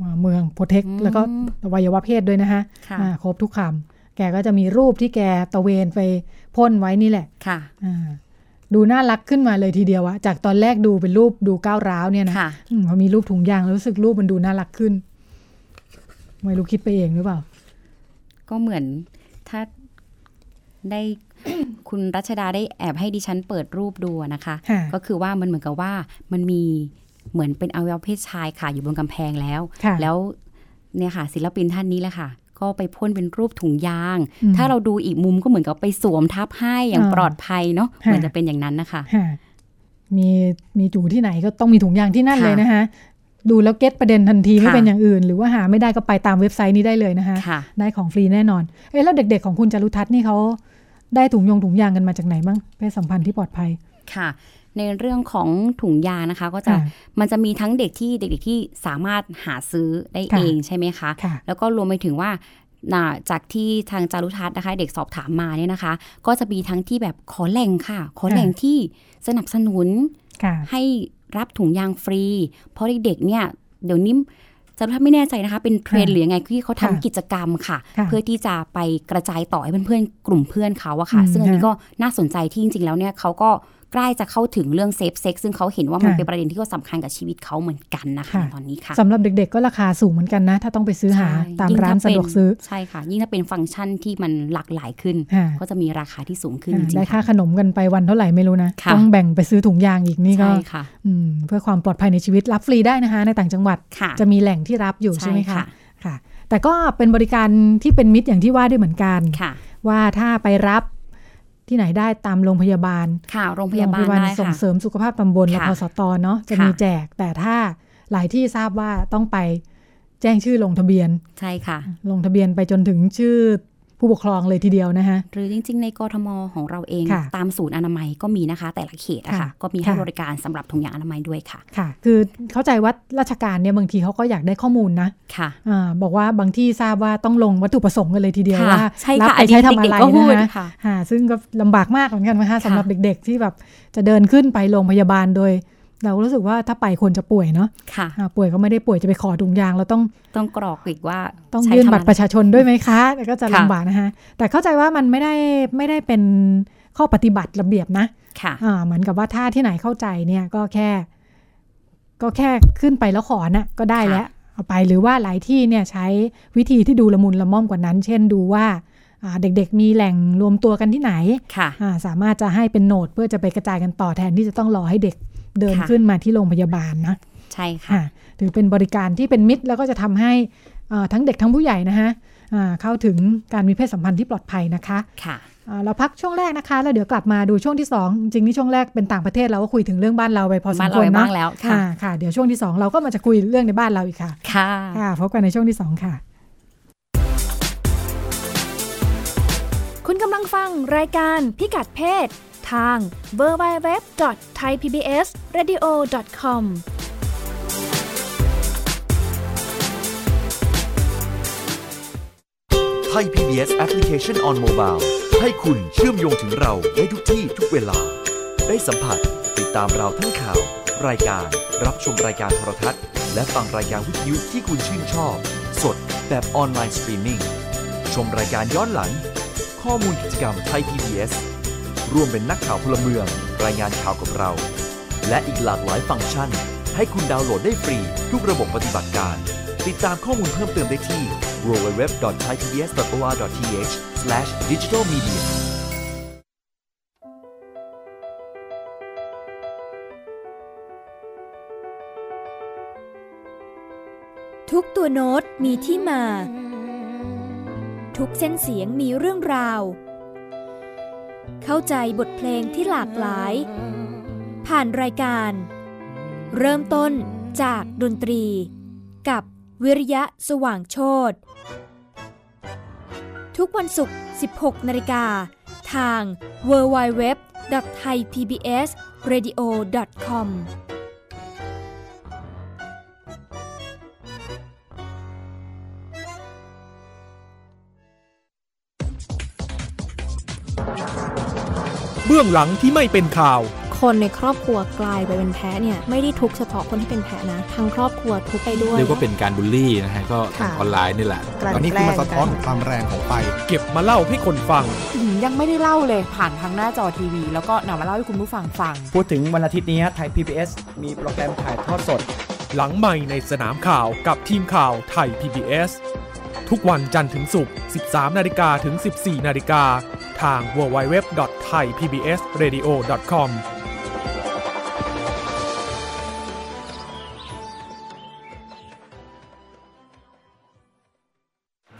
Speaker 2: อ่าเมืองโปรเทค
Speaker 3: อืม
Speaker 2: แล้วก็อวัยวะเพศด้วยนะฮะ
Speaker 3: ค่ะ
Speaker 2: อ่าครบทุกคำแกก็จะมีรูปที่แกตะเวนไปพ่นไว้นี่แหละ
Speaker 3: ค่ะ
Speaker 2: อ่าดูน่ารักขึ้นมาเลยทีเดียวอะจากตอนแรกดูเป็นรูปดูก้าวร้าวเนี่ยนะ
Speaker 3: ค่ะ
Speaker 2: อืมพอมีรูปถุงยางแล้วรู้สึกรูปมันดูน่ารักขึ้น ไม่รู้คิดไปเองหรือเปล่า
Speaker 3: ก็เหมือนถ้าได้ คุณรัชดาได้แอบให้ดิฉันเปิดรูปดูอะนะคะ
Speaker 2: ค่ะ
Speaker 3: ก็คือว่ามันเหมือนกับว่ามันมีเหมือนเป็นอวัยวะเพศชายค่ะ อยู่บนกำแพงแล้ว
Speaker 2: ค่ะ
Speaker 3: แล้วเนี่ยค่ะ ศิลปินท่านนี้แหละค่ะ ก็ไปพ่นเป็นรูปถุงยาง
Speaker 2: อืม
Speaker 3: ถ้าเราดูอีกมุมก็เหมือนกับไปสวมทับให้อย่าง
Speaker 2: อ่า
Speaker 3: ปลอดภัยเนาะ
Speaker 2: ค่ะ
Speaker 3: เหมือนจะเป็นอย่างนั้นนะคะ
Speaker 2: ฮะมีมีจู่ที่ไหนก็ต้องมีถุงยางที่นั่น
Speaker 3: ค่ะ
Speaker 2: เลยนะคะ ดูแล้วเก็ตประเด็นทันทีไม่
Speaker 3: ค่ะ
Speaker 2: เป็นอย่างอื่น หรือว่าหาไม่ได้ก็ไปตามเว็บไซต์นี้ได้เลยนะคะ
Speaker 3: ค่ะ
Speaker 2: ได้ของฟรีแน่นอน เอ๊ะแล้วเด็กๆของคุณจารุทัศน์นี่เขาได้ถุงยงถุงยางกันมาจากไหนบ้างเพศสัมพันธ์ที่ปลอดภัย
Speaker 3: ค่ะ ในเรื่องของถุงยางนะคะ ก็จะ
Speaker 2: ค่ะ
Speaker 3: มันจะมีทั้งเด็กที่เด็กๆที่สามารถหาซื้อได้
Speaker 2: ค่ะ
Speaker 3: เองใช่ไหมคะ
Speaker 2: ค่ะ
Speaker 3: แล้วก็รวมไปถึงว่าน่ะจากที่ทางจารุทัศน์นะคะ เด็กสอบถามมาเนี่ยนะคะ ก็จะมีทั้งที่แบบขอแหล่งค่ะ ขอแหล่งที่สนับสนุน
Speaker 2: ค่ะ
Speaker 3: ให้รับถุงยางฟรี เพราะเด็กๆเนี่ยเดี๋ยวนี้จารุทัศน์ไม่แน่ใจนะคะ เป็นเทรนด์
Speaker 2: ค่ะ
Speaker 3: หรือยังไงที่เขาทำ
Speaker 2: ค่ะ
Speaker 3: กิจกรรมค่ะ
Speaker 2: ค่ะ
Speaker 3: เพื่อที่จะไปกระจายต่อให้เพื่อนๆกลุ่มเพื่อนเขาอะค่ะ
Speaker 2: อืม
Speaker 3: ซึ่งอันนี้
Speaker 2: ค่ะ
Speaker 3: ก็น่าสนใจที่จริงๆแล้วเนี่ยเขาก็ใกล้จะเข้าถึงเรื่องเซฟเซ็กซ์ซึ่งเขาเห็นว่ามัน
Speaker 2: ค่ะ
Speaker 3: เป็นประเด็นที่ก็สำคัญกับชีวิตเขาเหมือนกันนะคะ
Speaker 2: ค่ะ
Speaker 3: ในตอนนี้ค่ะ
Speaker 2: สำหรับเด็กๆก็ราคาสูงเหมือนกันนะ ถ้าต้องไปซื้อหา
Speaker 3: ใช่
Speaker 2: ตาม
Speaker 3: ยิ่ง
Speaker 2: ร้าน
Speaker 3: ถ้
Speaker 2: สะดวกซื้อ
Speaker 3: เป็นใช่ค่ะ ยิ่งถ้าเป็นฟังก์ชันที่มันหลากหลายขึ้น
Speaker 2: ค่ะ
Speaker 3: ก็จะมีราคาที่สูงขึ้นจ
Speaker 2: อ่า
Speaker 3: ริง
Speaker 2: ได้
Speaker 3: ๆ
Speaker 2: ค่า
Speaker 3: ค่ะ
Speaker 2: ขนมกันไปวันเท่าไหร่ไม่รู้นะ
Speaker 3: ค่ะ
Speaker 2: ต้องแบ่งไปซื้อถุงยางอีกนี่ก็
Speaker 3: ใช่ค่ะ
Speaker 2: อืมเพื่อความปลอดภัยในชีวิตรับฟรีได้นะคะ ในต่างจังหวัด
Speaker 3: ค่ะ
Speaker 2: จะมีแหล่งที่รับอยู่ใช่ไหมคะ
Speaker 3: ค่ะ
Speaker 2: ค่ะ แต่ก็เป็นบริการที่เป็นมิตรอย่างที่ว่าด้วยเหมือนกัน
Speaker 3: ค่ะ
Speaker 2: ว่าถ้าไปรับที่ไหนได้ตามโรงพยาบาล
Speaker 3: ค่ะ โรงพยาบาล
Speaker 2: โรง
Speaker 3: ได้
Speaker 2: ส่ง
Speaker 3: ค่ะ
Speaker 2: เสริมสุขภาพตำบลและ
Speaker 3: ค่ะ
Speaker 2: พสตเนาะจะ
Speaker 3: ค่ะ
Speaker 2: มีแจก แต่ถ้าหลายที่ทราบว่าต้องไปแจ้งชื่อลงทะเบียน
Speaker 3: ใช่ค่ะ
Speaker 2: ลงทะเบียนไปจนถึงชื่อผู้ปกครองเลยทีเดียวนะคะ
Speaker 3: หรือจริง ๆ ในกรทมของเราเอง
Speaker 2: ค่ะ
Speaker 3: ตามศูนย์อนามัยก็มีนะคะ แต่ละเขตอะ
Speaker 2: ค่ะ
Speaker 3: ค่ะ ก็มีให้
Speaker 2: ค่ะ
Speaker 3: บริการสำหรับถุงยางอนามัยด้วยค่ะ
Speaker 2: ค่ะ คือเข้าใจว่าราชการเนี่ยบางทีเขาก็อยากได้ข้อมูลนะ
Speaker 3: ค่ะ
Speaker 2: อ่าบอกว่าบางที่ทราบว่าต้องลงวัตถุประสงค์กันเลยทีเดียว
Speaker 3: ค่ะ
Speaker 2: ว่า
Speaker 3: ใช่
Speaker 2: รั
Speaker 3: ค่ะ
Speaker 2: บ
Speaker 3: อั
Speaker 2: ไป
Speaker 3: นนี้
Speaker 2: ใช้ทำอะไร
Speaker 3: เด็กๆก็พูด
Speaker 2: นะ
Speaker 3: ค่ะ
Speaker 2: อ่าซึ่งก็ลำบากมากเหมือนกันนะคะ
Speaker 3: ค่ะ
Speaker 2: สำหรับเด็กๆที่แบบจะเดินขึ้นไปโรงพยาบาลโดย เรารู้สึกว่าถ้าไปคนจะป่วยเนาะ
Speaker 3: ค่ะ
Speaker 2: อ่าป่วยก็ไม่ได้ป่วยจะไปขอถุงยางเราต้อง
Speaker 3: ต้องกรอกอีกว่า
Speaker 2: ต้อง
Speaker 3: ใช้
Speaker 2: ยื่น
Speaker 3: คำ
Speaker 2: บัตร
Speaker 3: อะ
Speaker 2: ป
Speaker 3: ไร
Speaker 2: ระชาชนด้วยไหมคะแล้วก็จะ
Speaker 3: ค่ะ
Speaker 2: ลำบากนะคะแต่เข้าใจว่ามันไม่ได้ไม่ได้เป็นข้อปฏิบัติระเบียบนะ
Speaker 3: ค่ะ
Speaker 2: อ่าเหมือนกับว่าถ้าที่ไหนเข้าใจเนี่ยก็แค่ ก็แค่ขึ้นไปแล้วขอน่ะก็ได้แล้วเอาไปหรือว่าหลายที่เนี่ยใช้วิธีที่ดูละมุนละม่อมกว่านั้น เช่นดูว่าอ่าเด็กๆมีแหล่งรวมตัวกันที่ไหน
Speaker 3: ค่ะ
Speaker 2: อ่าสามารถจะให้เป็นโหนดเพื่อจะไปกระจายกันต่อแทนที่จะต้องรอให้เด็กเดิน
Speaker 3: ค่ะ
Speaker 2: ขึ้นมาที่โรงพยาบาลนะ
Speaker 3: ใช่ค่ะ
Speaker 2: ค่ะถือเป็นบริการที่เป็นมิตรแล้วก็จะทำให้เอ่อทั้งเด็กทั้งผู้ใหญ่นะฮะอ่าเข้าถึงการมีเพศสัมพันธ์ที่ปลอดภัยนะคะ
Speaker 3: ค่ะ
Speaker 2: อ่าเราพักช่วงแรกนะคะ แล้วเดี๋ยวกลับมาดูช่วงที่ 2 จริงๆนี่ช่วงแรกเป็นต่างประเทศเราก็คุยถึงเรื่องบ้านเราไปพอส
Speaker 3: มาม น
Speaker 2: คว
Speaker 3: เรา
Speaker 2: ร
Speaker 3: ไป
Speaker 2: เนาะ
Speaker 3: บ้างแล้ว
Speaker 2: อ่า
Speaker 3: ค่ะ
Speaker 2: ค่ะ เดี๋ยวช่วงที่ 2 เราก็มาจะคุยเรื่องในบ้านเราอีกค่ะ
Speaker 3: ค่ะ
Speaker 2: ค่ะพบกันในช่วงที่ 2 ค่ะ
Speaker 1: คุณกำลังฟังรายการพิกัดเพศ ทาง www.thaipbsradio.com
Speaker 4: ไทย PBS Application on Mobile ให้คุณเชื่อมโยงถึงเราได้ทุกที่ทุกเวลา ได้สัมผัส ติดตามเราทั้งข่าว รายการ รับชมรายการโทรทัศน์ และฟังรายการวิทยุที่คุณชื่นชอบ สดแบบออนไลน์สตรีมมิ่งชมรายการย้อนหลัง ข้อมูลกิจกรรมไทย PBS ร่วมเป็นนักข่าวพลเมือง รายงานข่าวกับเรา และอีกหลากหลายฟังก์ชัน ให้คุณดาวน์โหลดได้ฟรี ทุกระบบปฏิบัติการ ติดตามข้อมูลเพิ่มเติมได้ที่ www.thaipbs.or.th/digitalmedia
Speaker 5: ทุกตัวโน้ตมีที่มา ทุกเส้นเสียงมีเรื่องราว เข้าใจบทเพลงที่หลากหลาย ผ่านรายการ เริ่มต้นจากดนตรี กับวิริยะสว่างโชตทุกวันศุกร์ 16 นาฬิกา ทาง www.thaipbsradio.com
Speaker 6: เบื้องหลังที่ไม่เป็นข่าว
Speaker 7: คนในครอบครัวกลายไปเป็นแพ้เนี่ยไม่ได้ทุกข์เฉพาะคนที่เป็นแพ้นะทั้งครอบครัวทุกข์ไปด้วย
Speaker 8: เรียกว่าเป็นการบูลลี่นะฮะก็ทาง
Speaker 9: ค่ะ
Speaker 8: ออนไลน์นี่แหละ
Speaker 9: กลั่น
Speaker 10: อันนี้
Speaker 9: แก
Speaker 10: คือ
Speaker 9: ล้
Speaker 10: มาง สะท้อน
Speaker 9: กั
Speaker 10: ถึงความแรงของไฟ
Speaker 6: เก็บมาเล่าให้คนฟัง
Speaker 9: อืมยังไม่ได้เล่าเลยผ่านทางหน้าจอทีวี แล้วก็นำมาเล่าให้คุณผู้ฟังฟัง
Speaker 11: พูดถึงวันอาทิตย์นี้ไทย PBS มีโปรแกรมถ่ายทอดสด
Speaker 6: หลังใหม่ในสนามข่าวกับทีมข่าวไทย PBS ทุกวันจันทร์ถึงศุกร์ 13 นาฬิกาถึง 14 นาฬิกา ทาง www.thaipbsradio.com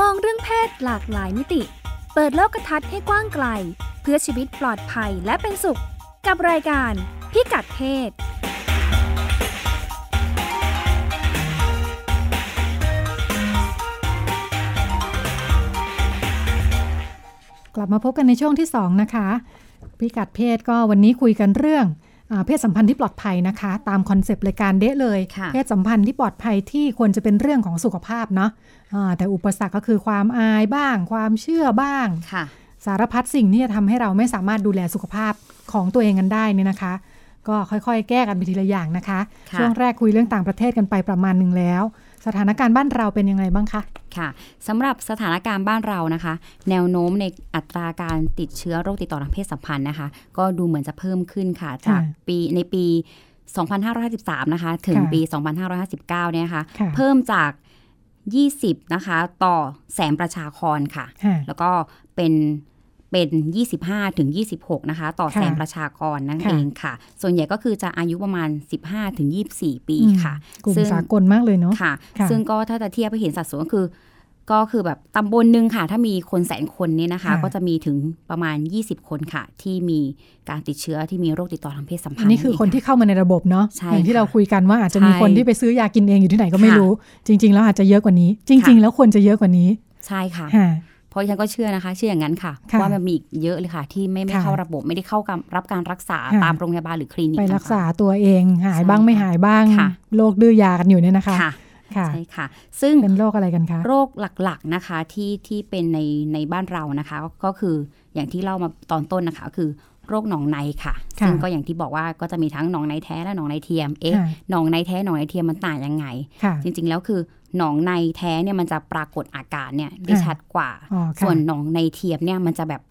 Speaker 1: มองเรื่องเพศหลากหลายมิติ เปิดโลกทัศน์ให้กว้างไกล เพื่อชีวิตปลอดภัยและเป็นสุข กับรายการ พิกัดเพศ
Speaker 2: กลับมาพบกันในช่วงที่ 2 นะคะ พิกัดเพศก็วันนี้คุยกันเรื่องอาเพศสัมพันธ์ที่ปลอดภัยนะคะ ตามคอนเซปต์รายการเดะเลย เพศสัมพันธ์ที่ปลอดภัยที่ควรจะเป็นเรื่องของสุขภาพเนาะอ่าแต่อุปสรรคก็คือความอายบ้าง ความเชื่อบ้าง สารพัดสิ่งที่จะทำให้เราไม่สามารถดูแลสุขภาพของตัวเองกันได้เนี่ยนะคะ ก็ค่อยๆ แก้กันไปทีละอย่างนะคะ
Speaker 3: ค่ะ
Speaker 2: ช่วงแรกคุยเรื่องต่างประเทศกันไปประมาณหนึ่งแล้ว สถานการณ์บ้านเราเป็นยังไงบ้างคะ
Speaker 3: ค่ะสำหรับสถานการณ์บ้านเรานะคะ แนวโน้มในอัตราการติดเชื้อโรคติดต่อทางเพศสัมพันธ์นะคะ ก็ดูเหมือนจะเพิ่มขึ้นค่ะ จากปีในปี 2553 นะคะ ถึง
Speaker 12: ค่ะ
Speaker 3: ปี 2559 เนี่ยค่ะ
Speaker 12: ค่ะ
Speaker 3: เพิ่มจาก 20 นะคะ ต่อแสนประชากรค่ะ
Speaker 2: ค่ะ
Speaker 3: แล้วก็เป็นเป็น 25 ถึง 26 นะคะ ต่อแสนประชากรนั่น
Speaker 2: ค่ะ
Speaker 3: เองค่ะ ส่วนใหญ่ก็คือจะอายุประมาณ 15 ถึง 24 ปีค่ะ
Speaker 2: อืมกลุ่ม
Speaker 3: ซึ่ง
Speaker 2: สากลมากเลยเนาะ
Speaker 3: ค่ะ
Speaker 2: ค่ะ
Speaker 3: ซึ่งก็ถ้าจะเทียบไปเห็นสัดส่วนก็คือ ก็คือแบบตำบลหนึ่งค่ะ ถ้ามีคนแสนคนเนี่ยนะคะ ก็จะมีถึงประมาณ 20 คนค่ะ ที่มีการติดเชื้อที่มีโรคติดต่อทางเพศสัมพั
Speaker 2: อั
Speaker 3: น
Speaker 2: น
Speaker 3: ธ์
Speaker 2: นี้คือคนที่เข้ามาในระบบเนาะ
Speaker 3: ใช่
Speaker 2: อย่างที่เราคุยกันว่าอาจจะ
Speaker 3: ใช่
Speaker 2: มีคนที่ไปซื้อยากินเองอยู่ที่ไหนก็ไม่
Speaker 3: ค่ะ
Speaker 2: รู้ จริง ๆ แล้วอาจจะเยอะกว่านี้ จริง ๆ แล้วควรจะเยอะกว่านี้
Speaker 3: ใช่ค่ะ
Speaker 2: ค่ะ
Speaker 3: เพราะฉันก็เชื่อนะคะ เชื่ออย่างนั้นค่ะ
Speaker 2: ค่ะ
Speaker 3: ว่ามันมีอีกเยอะเลยค่ะ ที่ไม่ไม่
Speaker 2: ค่ะ
Speaker 3: เข้าระบบไม่ได้เข้ากับรับการรักษา
Speaker 2: ค่ะ
Speaker 3: ตามโรงพยาบาลหรือคลินิก
Speaker 2: ไป
Speaker 3: นะ
Speaker 2: รัก
Speaker 3: คะ
Speaker 2: ษาตัวเองหายบ้างไม่หายบ้าง
Speaker 3: ค่ะ
Speaker 2: โรคดื้อยากันอยู่เนี่ยนะคะ
Speaker 3: ค่ะ
Speaker 2: ค่ะ
Speaker 3: ใช่ค่ะ ซึ่ง
Speaker 2: เป็นโรคอะไรกันคะ
Speaker 3: โรคหลักๆนะคะที่ที่เป็นในในบ้านเรานะคะ ก็คืออย่างที่เล่ามาตอนต้นนะคะ คือโรคหนองในค่ะ
Speaker 2: ค่ะ
Speaker 3: ซึ่งก็อย่างที่บอกว่าก็จะมีทั้งหนองในแท้และหนองในเทียม เอ๊ะ
Speaker 2: ค่ะ
Speaker 3: หนองในแท้หนองในเทียมมันต่างยังไง
Speaker 2: ค่ะ
Speaker 3: จริงๆแล้วคือหนองในแท้เนี่ยมันจะปรากฏอาการเนี่ยได้
Speaker 2: ค่ะ
Speaker 3: ชัดกว่า
Speaker 2: อ๋อค่ะ
Speaker 3: ส่วนหนองในเทียมเนี่ยมันจะแบบ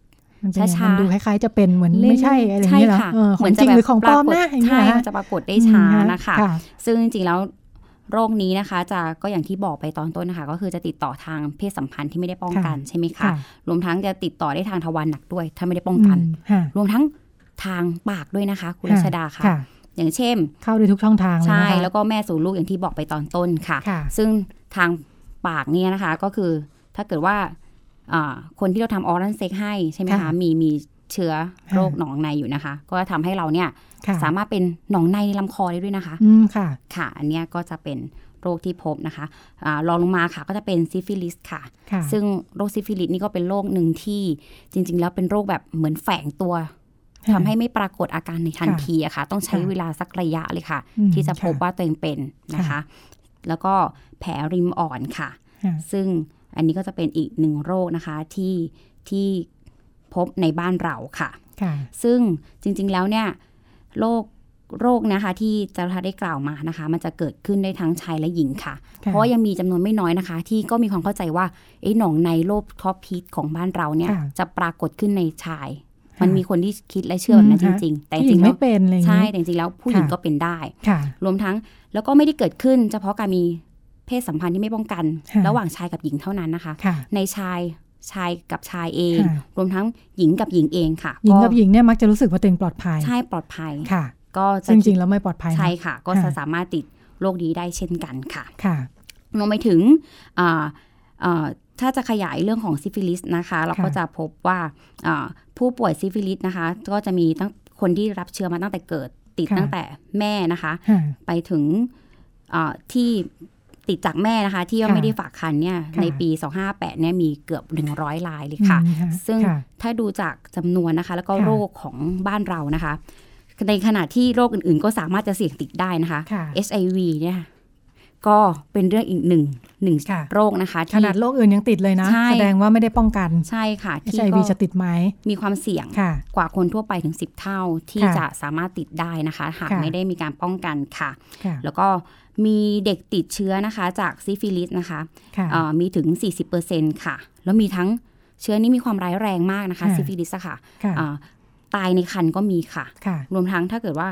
Speaker 2: มันเป็นยังไง
Speaker 3: ช้าๆ
Speaker 2: มันดูคล้ายๆจะเป็นเหมือนไม่ใช่อะไรอย่างเงี้ยเหรอ
Speaker 3: ใช่ค่ะ
Speaker 2: เออข
Speaker 3: เห
Speaker 2: อ
Speaker 3: มื
Speaker 2: ง
Speaker 3: น
Speaker 2: จริง
Speaker 3: แบ
Speaker 2: ห
Speaker 3: บ
Speaker 2: รือของปลอม
Speaker 3: ปรากฏ
Speaker 2: นะอย่างเงี้
Speaker 3: ใช่
Speaker 2: ย
Speaker 3: มันจะปรากฏได้ช้า
Speaker 2: อืม
Speaker 3: นะคะ
Speaker 2: ค่ะ
Speaker 3: ซึ่งจริงๆแล้วโรคนี้นะคะจะก็อย่างที่บอกไปตอนต้นนะคะ ก็คือจะติดต่อทางเพศสัมพันธ์ที่ไม่ได้ป้องกัน
Speaker 2: ค่ะ
Speaker 3: ใช่ไหมคะ
Speaker 2: ค่ะ
Speaker 3: รวมทั้งจะติดต่อได้ทางทวารหนักด้วย ถ้าไม่ได้ป้องกัน
Speaker 2: มค่ะ
Speaker 3: รวมทั้งทางปากด้วยนะคะ คุณรัชดาค่ะ
Speaker 2: ค่ะ
Speaker 3: อย่างเช่น
Speaker 2: เข้าได้ทุกช่องทางเลย
Speaker 3: ใช่
Speaker 2: นะคะ
Speaker 3: แล้วก็แม่สู่ลูกอย่างที่บอกไปตอนต้นค่ะ
Speaker 2: ค่ะ
Speaker 3: ซึ่งทางปากเนี่ยนะคะก็คือถ้าเกิดว่าอ่าคนที่เราทำออรันเซ็กให้ใช่ไหมคะ
Speaker 2: ค่ะ
Speaker 3: มีมีเชื้อโรคหนองในอยู่นะคะ ก็ทำให้เราเนี่ย
Speaker 2: ค่ะ
Speaker 3: สามารถเป็นหนองในในลำคอได้ด้วยนะคะ
Speaker 2: อืมค่ะ
Speaker 3: ค่ะ อันเนี้ยก็จะเป็นโรคที่พบนะคะอารองลงมาค่ะก็จะเป็นซิฟิลิสค่ะ
Speaker 2: ค่ะ
Speaker 3: ซึ่งโรคซิฟิลิสนี่ก็เป็นโรคหนึ่งที่จริง ๆ แล้วเป็นโรคแบบเหมือนแฝงตัว
Speaker 2: ค่ะ
Speaker 3: ทำให้ไม่ปรากฏอาการในทัน
Speaker 2: ค่ะ
Speaker 3: ทีอะค่ะ ต้องใช้เวลาสักระยะเลยค่ะ
Speaker 2: อืม
Speaker 3: ที่จะพบ
Speaker 2: ค่ะ
Speaker 3: ว่าตัวเองเป็นนะคะ
Speaker 2: ค่ะ
Speaker 3: แล้วก็แผลริมอ่อนค่ะ
Speaker 2: ค่ะ
Speaker 3: ซึ่งอันนี้ก็จะเป็นอีกหนึ่งโรคนะคะที่ที่ พบในบ้านเราค่ะ
Speaker 2: ค่ะ
Speaker 3: ซึ่งจริงๆแล้วเนี่ยโรคโรคนะคะที่จารุทัศน์ได้กล่าวมานะคะ มันจะเกิดขึ้นได้ทั้งชายและหญิงค่ะ
Speaker 2: ค่ะ
Speaker 3: เพราะว่ายังมีจำนวนไม่น้อยนะคะ ที่ก็มีความเข้าใจว่าเอ้หนองในโรคท็อปพีทของบ้านเราเนี่ย
Speaker 2: ค่ะ
Speaker 3: จะปรากฏขึ้นในชาย มันมีคนที่คิดและเชื่อแบบนั้นจ
Speaker 2: อืมค่ะ
Speaker 3: ริง ๆ แต่จ
Speaker 2: ผู้หญิ
Speaker 3: ริ
Speaker 2: ง
Speaker 3: งๆแล้ว
Speaker 2: ไม่เป็นอะไรอย่างงี้
Speaker 3: ใช่แต่จริงๆแล้วผู้หญิง
Speaker 2: ค่ะ
Speaker 3: ก็เป็นได้
Speaker 2: ค่ะ
Speaker 3: รวมทั้งแล้วก็ไม่ได้เกิดขึ้น เฉพาะการมีเพศสัมพันธ์ที่ไม่ป้องกัน
Speaker 2: ค่ะ
Speaker 3: ระหว่างชายกับหญิงเท่านั้นนะคะ
Speaker 2: ค่ะ
Speaker 3: ในชายชายกับชายเอง
Speaker 2: ค่ะ
Speaker 3: รวมทั้งหญิงกับหญิงเองค่ะ
Speaker 2: หญิงกับหญิงเนี่ยมักจะรู้สึกว่าตัวเองปลอดภัย
Speaker 3: ใช่ปลอดภัย
Speaker 2: ค่ะ
Speaker 3: ก็
Speaker 2: ซึ่งจริงแล้วไม่ปลอดภัยนะ
Speaker 3: ใช่ค่ะ ก็จะ
Speaker 2: ค่ะ
Speaker 3: สามารถติดโรคนี้ได้เช่นกันค่ะ
Speaker 2: ค่ะ
Speaker 3: รวมไปถึงอ่าอ่าถ้าจะขยายเรื่องของซิฟิลิสนะคะ เราก็
Speaker 2: ค่ะ
Speaker 3: จะพบว่าอ่าผู้ป่วยซิฟิลิสนะคะ ก็จะมีตั้งคนที่รับเชื้อมาตั้งแต่เกิดติด
Speaker 2: ค่ะ
Speaker 3: ตั้งแต่แม่นะคะ
Speaker 2: ค่ะ
Speaker 3: ไปถึงเอ่อที่ติดจากแม่นะคะ ที่
Speaker 2: ค่ะ
Speaker 3: ไม่ได้ฝากคันเนี่ย
Speaker 2: ค่ะ
Speaker 3: ในปี 258เนี่ยมีเกือบ 100 รายเลยค่ะ
Speaker 2: อืมค่ะ
Speaker 3: ซึ่ง
Speaker 2: ค่ะ
Speaker 3: ถ้าดูจากจำนวนนะคะ แล้วก็
Speaker 2: ค่ะ
Speaker 3: โรคของบ้านเรานะคะ ในขณะที่โรคอื่นๆ ก็สามารถจะเสี่ยงติดได้นะคะ
Speaker 2: ค่ะ
Speaker 3: HIV เนี่ยก็เป็นเรื่องอีกหนึ่งหนึ่ง
Speaker 2: ค่ะ
Speaker 3: โรคนะคะที่
Speaker 2: ขนาดโรคอื่นยังติดเลยนะ
Speaker 3: ใช่
Speaker 2: แสดงว่าไม่ได้ป้องกัน
Speaker 3: ใช่ค่ะ
Speaker 2: เอช
Speaker 3: ที่
Speaker 2: ไอ
Speaker 3: ก็
Speaker 2: วีจะติดไหม
Speaker 3: มีความเสี่ยง
Speaker 2: ค่ะ
Speaker 3: กว่าคนทั่วไปถึง 10 เท่าที่
Speaker 2: ค่ะ
Speaker 3: จะสามารถติดได้นะคะ หาก
Speaker 2: ค่ะ
Speaker 3: ไม่ได้มีการป้องกันค่ะ
Speaker 2: ค่ะ
Speaker 3: แล้วก็มีเด็กติดเชื้อนะคะจากซิฟิลิสนะคะ
Speaker 2: ค่ะ
Speaker 3: เอ่อมีถึง 40%ค่ะ แล้วมีทั้งเชื้อนี้มีความร้ายแรงมากนะคะ
Speaker 2: ค่ะ
Speaker 3: ซิฟิลิสอะค่ะ
Speaker 2: ค่ะ
Speaker 3: เอ่อตายในครรภ์ก็มีค่ะ
Speaker 2: ค่ะ
Speaker 3: รวมทั้งถ้าเกิดว่า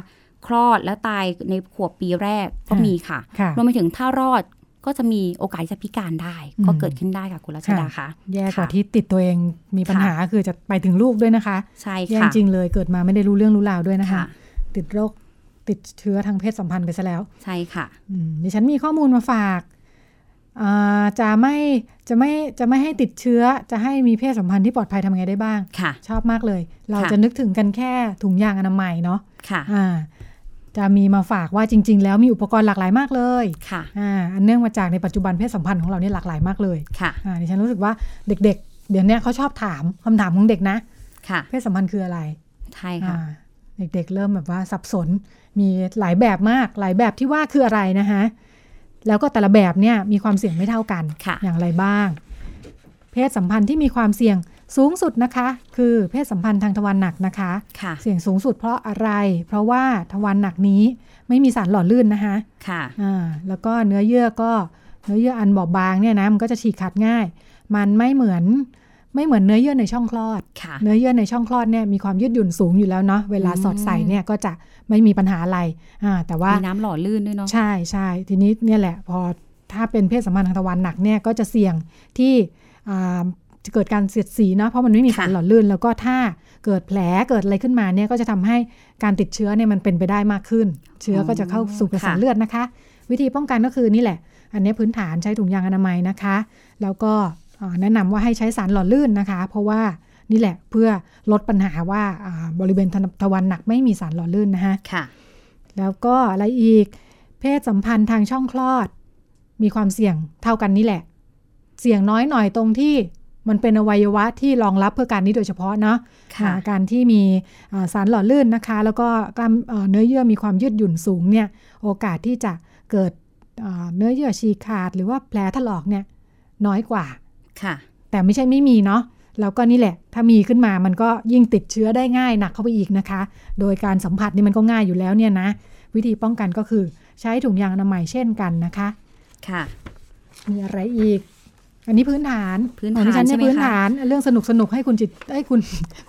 Speaker 3: คลอดและตายในขวบปีแรกก็มีค่ะ
Speaker 2: ค่ะ
Speaker 3: รวมไปถึงถ้ารอดก็จะมีโอกาสจะพิการได้
Speaker 2: อืม
Speaker 3: ก็เกิดขึ้นได้ค่ะคุณรัชดาค่ะ
Speaker 2: แย่กว่าที่ติดตัวเองมีปัญหาคือจะไปถึงลูกด้วยนะคะ
Speaker 3: ใช่
Speaker 2: แย่
Speaker 3: ค่ะ
Speaker 2: จริงเลยเกิดมาไม่ได้รู้เรื่องรู้ราวด้วยนะคะ
Speaker 3: ค่ะ
Speaker 2: ติดโรคติดเชื้อทางเพศสัมพันธ์ไปซะแล้ว
Speaker 3: ใช่ค่ะ
Speaker 2: อืมดิฉันมีข้อมูลมาฝากอ่าจะไม่จะไม่จะไม่ให้ติดเชื้อจะให้มีเพศสัมพันธ์ที่ปลอดภัยทำไงได้บ้าง
Speaker 3: ค่ะ
Speaker 2: ชอบมากเลย เรา
Speaker 3: ค่ะ
Speaker 2: จะนึกถึงกันแค่ถุงยางอนามัยเนาะ
Speaker 3: ค่ะ
Speaker 2: อ่าจะมีมาฝากว่าจริง ๆ แล้วมีอุปกรณ์หลากหลายมากเลย
Speaker 3: ค่ะ
Speaker 2: อ่าอันเนื่องมาจากในปัจจุบันเพศสัมพันธ์ของเราเนี่ยหลากหลายมากเลย
Speaker 3: ค่ะ
Speaker 2: อ่าดิฉันรู้สึกว่าเด็ก ๆ เดี๋ยวเนี้ยเขาชอบถามคำถามของเด็กนะ
Speaker 3: ค่ะ
Speaker 2: เพศสัมพันธ์คืออะไร
Speaker 3: ใช่ค่ะ
Speaker 2: อ่าเด็กๆ เริ่มแบบว่าสับสน มีหลายแบบมาก หลายแบบที่ว่าคืออะไรนะคะแล้วก็แต่ละแบบเนี่ยมีความเสี่ยงไม่เท่ากัน
Speaker 3: ค่ะ
Speaker 2: อย่างไรบ้าง เพศสัมพันธ์ที่มีความเสี่ยงสูงสุดนะคะ คือเพศสัมพันธ์ทางทวารหนักนะคะ
Speaker 3: ค่ะ
Speaker 2: เสี่ยงสูงสุดเพราะอะไร เพราะว่าทวารหนักนี้ไม่มีสารหล่อลื่นนะคะ
Speaker 3: ค่ะ
Speaker 2: อ่าแล้วก็เนื้อเยื่อก็เนื้อเยื่ออันบอบบางเนี่ยนะมันก็จะฉีกขาดง่าย มันไม่เหมือนไม่เหมือนเนื้อเยื่อในช่องคลอด
Speaker 3: ค่ะ
Speaker 2: เนื้อเยื่อในช่องคลอดเนี่ยมีความยืดหยุ่นสูงอยู่แล้วเนาะเวลา
Speaker 3: อืม
Speaker 2: สอดใส่เนี่ยก็จะไม่มีปัญหาอะไรอ่าแต่ว่า
Speaker 3: มีน้ำหล่อลื่นด้วยเนาะ
Speaker 2: ใช่ใช่ทีนี้เนี่ยแหละพอถ้าเป็นเพศสัมพันธ์ทางทวารหนักเนี่ยก็จะเสี่ยงที่อ่าจะเกิดการเสียดสีเนาะเพราะมันไม่มีสารหล่อลื่น แล้วก็ถ้าเกิดแผลเกิดอะไรขึ้นมาเนี่ยก็จะทำให้การติดเชื้อเนี่ยมันเป็นไปได้มากขึ้น เชื้อก็จะเข้าสู่กระแสเลือดนะคะ วิธีป้องกันก็คือนี่แหละ อันนี้พื้นฐานใช้ถุงยางอนามัยนะคะ แล้วก็เอ่อแนะนำว่าให้ใช้สารหล่อลื่นนะคะ เพราะว่านี่แหละเพื่อลดปัญหาว่าอ่าบริเวณทวารหนักไม่มีสารหล่อลื่นนะคะ
Speaker 3: ค่ะ
Speaker 2: แล้วก็อะไรอีก เพศสัมพันธ์ทางช่องคลอด มีความเสี่ยงเท่ากันนี่แหละ เสี่ยงน้อยหน่อยตรงที่มันเป็นอวัยวะที่รองรับเพื่อการนี้โดยเฉพาะเนาะ
Speaker 3: ค่ะ
Speaker 2: อ่าการที่มีอ่าสารหล่อลื่นนะคะ แล้วก็กล้ามเอ่อเนื้อเยื่อมีความยืดหยุ่นสูงเนี่ยโอกาสที่จะเกิดอ่าเนื้อเยื่อฉีกขาด หรือว่าแผลถลอกเนี่ยน้อยกว่า
Speaker 3: ค่ะ
Speaker 2: แต่ไม่ใช่ไม่มีเนาะ แล้วก็นี่แหละ ถ้ามีขึ้นมามันก็ยิ่งติดเชื้อได้ง่ายหนักเข้าไปอีกนะคะ โดยการสัมผัสนี่มันก็ง่ายอยู่แล้วเนี่ยนะ วิธีป้องกันก็คือใช้ถุงยางอนามัยเช่นกันนะคะ
Speaker 3: ค่ะ
Speaker 2: มีอะไรอีก อันนี้พื้นฐาน
Speaker 3: พื้นฐาน
Speaker 2: ของดิฉัเย
Speaker 3: ใช่ไหมคะ
Speaker 2: พื้นฐาน เรื่องสนุกสนุกๆให้คุณจิตไอ้ยคุณ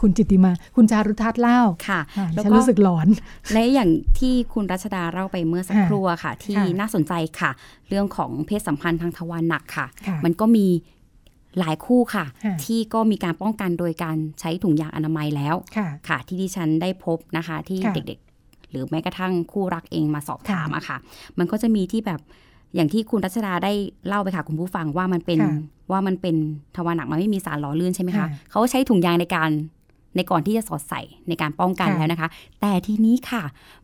Speaker 2: คุณจิตติมา คุณจารุทัศน์เล่า
Speaker 3: ค่ะ
Speaker 2: อ่าดิ
Speaker 3: แล้ว
Speaker 2: ฉัน
Speaker 3: ก็
Speaker 2: รู้สึกหลอน
Speaker 3: และอย่างที่คุณรัชดาเล่าไปเมื่อสัก
Speaker 2: ค่ะ
Speaker 3: ครู่อะค่ะ ที่
Speaker 2: ค่ะ
Speaker 3: น่าสนใจค่ะ เรื่องของเพศสัมพันธ์ทางทวารหนักค่ะ
Speaker 2: ค่ะ
Speaker 3: มันก็มีหลายคู่ค่ะ
Speaker 2: ค่ะ
Speaker 3: ที่ก็มีการป้องกันโดยการใช้ถุงยางอนามัยแล้ว
Speaker 2: ค่ะ
Speaker 3: ค่ะที่ดิฉันได้พบนะคะ ที่
Speaker 2: ค่ะ
Speaker 3: เด็กๆ หรือแม้กระทั่งคู่รักเองมาสอบถามอะค่ะ มันก็จะมีที่แบบอย่างที่คุณรัชดาได้เล่าไปค่ะคุณผู้ฟังว่ามันเป็น
Speaker 2: ค่ะ
Speaker 3: ว่ามันเป็นทวารหนักมันไม่มีสารหล่อลื่นใช่ไหมคะ
Speaker 2: ค่ะ
Speaker 3: เขาใช้ถุงยางในการในก่อนที่จะสอดใส่ในการป้องกัน
Speaker 2: ค่ะ
Speaker 3: แล้วนะคะ แต่ทีนี้ค่ะ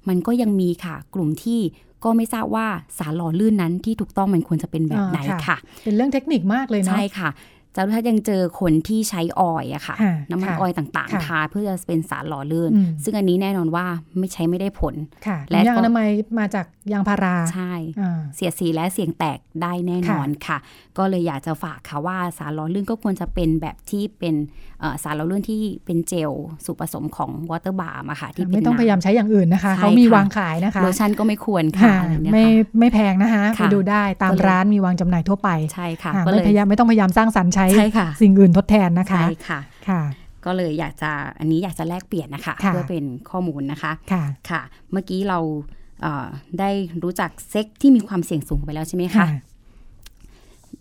Speaker 3: มันก็ยังมีค่ะ กลุ่มที่ก็ไม่ทราบว่าสารหล่อลื่นนั้นที่ถูกต้องมันควรจะเป็นแบบไหน
Speaker 2: อ่า
Speaker 3: ค่ะ
Speaker 2: เป็นเรื่องเทคนิคมากเลยเนาะ
Speaker 3: ใช่ค่ะ จารุทัศน์ยังเจอคนที่ใช้ออยล์อะค่ะ
Speaker 2: ค่ะ
Speaker 3: น้ำมัน
Speaker 2: ค่ะ
Speaker 3: ออยล์ต่าง
Speaker 2: ค่ะ
Speaker 3: ๆ ทาเพื่อจะเป็นสารหล่อลื่น
Speaker 2: อืม
Speaker 3: ซึ่งอันนี้แน่นอนว่าไม่ใช้ไม่ได้ผล
Speaker 2: ค่ะ
Speaker 3: และ
Speaker 2: ยาง
Speaker 3: ก็
Speaker 2: อนามัยมาจากยางพารา
Speaker 3: ใช่
Speaker 2: อ่า
Speaker 3: เสียดสีและเสียงแตกได้แน่นอนค่ะ ก็เลยอยากจะฝากค่ะว่าสารหล่อลื่นก็ควรจะเป็นแบบที่เป็นเอ่อสารหล่อลื่นที่เป็นเจลสูตรผสมของวอเตอร์บาร์มาค่ะ ที่เป็น
Speaker 2: ไม่ต้อง
Speaker 3: น้ำ
Speaker 2: พยายามใช้อย่างอื่นนะคะ
Speaker 3: ใช่
Speaker 2: เขามี
Speaker 3: ค่ะ
Speaker 2: วางขายนะคะ
Speaker 3: โลชั่นก็ไม่ควร
Speaker 2: ค่ะ
Speaker 3: ค่ะอะไรเนี่ย
Speaker 2: ไม่
Speaker 3: ค่ะ
Speaker 2: ไม่แพงนะคะไป
Speaker 3: ค่ะ
Speaker 2: ดูได้ตาม
Speaker 3: ก็เลย
Speaker 2: ร้านมีวางจำหน่ายทั่วไป
Speaker 3: ใช่ค่ะ
Speaker 2: อ่า
Speaker 3: ก็เลย
Speaker 2: ไม่พยายามไม่ต้องพยายามสร้างสรรค์ใช้
Speaker 3: ใช่ค่ะ
Speaker 2: สิ่งอื่นทดแทนนะคะ
Speaker 3: ใช่ค่ะ
Speaker 2: ค่ะ
Speaker 3: ก็เลยอยากจะอันนี้อยากจะแลกเปลี่ยนนะคะ
Speaker 2: ค่ะ
Speaker 3: เพื่อเป็นข้อมูลนะคะ
Speaker 2: ค่ะ
Speaker 3: ค่ะ เมื่อกี้เราเอ่อได้รู้จักเซ็กที่มีความเสี่ยงสูงไปแล้วใช่ไหมคะ
Speaker 2: ค่ะ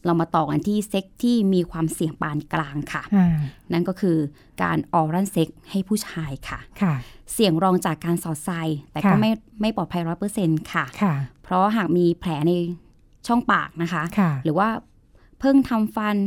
Speaker 3: เรามาต่อกันที่เซ็กที่มีความเสี่ยงปานกลางค่ะ
Speaker 2: อ่า
Speaker 3: นั่นก็คือการออรัลเซ็กให้ผู้ชายค่ะ
Speaker 2: ค่ะ
Speaker 3: เสี่ยงรองจากการสอดไซแต่ก็
Speaker 2: ค่ะ
Speaker 3: ไม่ไม่ปลอดภัยร้อเปอร์เซ็นค่ะ
Speaker 2: ค่ะ
Speaker 3: เพราะหากมีแผลในช่องปากนะคะ
Speaker 2: ค่ะ
Speaker 3: หรือว่าเพิ่งทำฟัน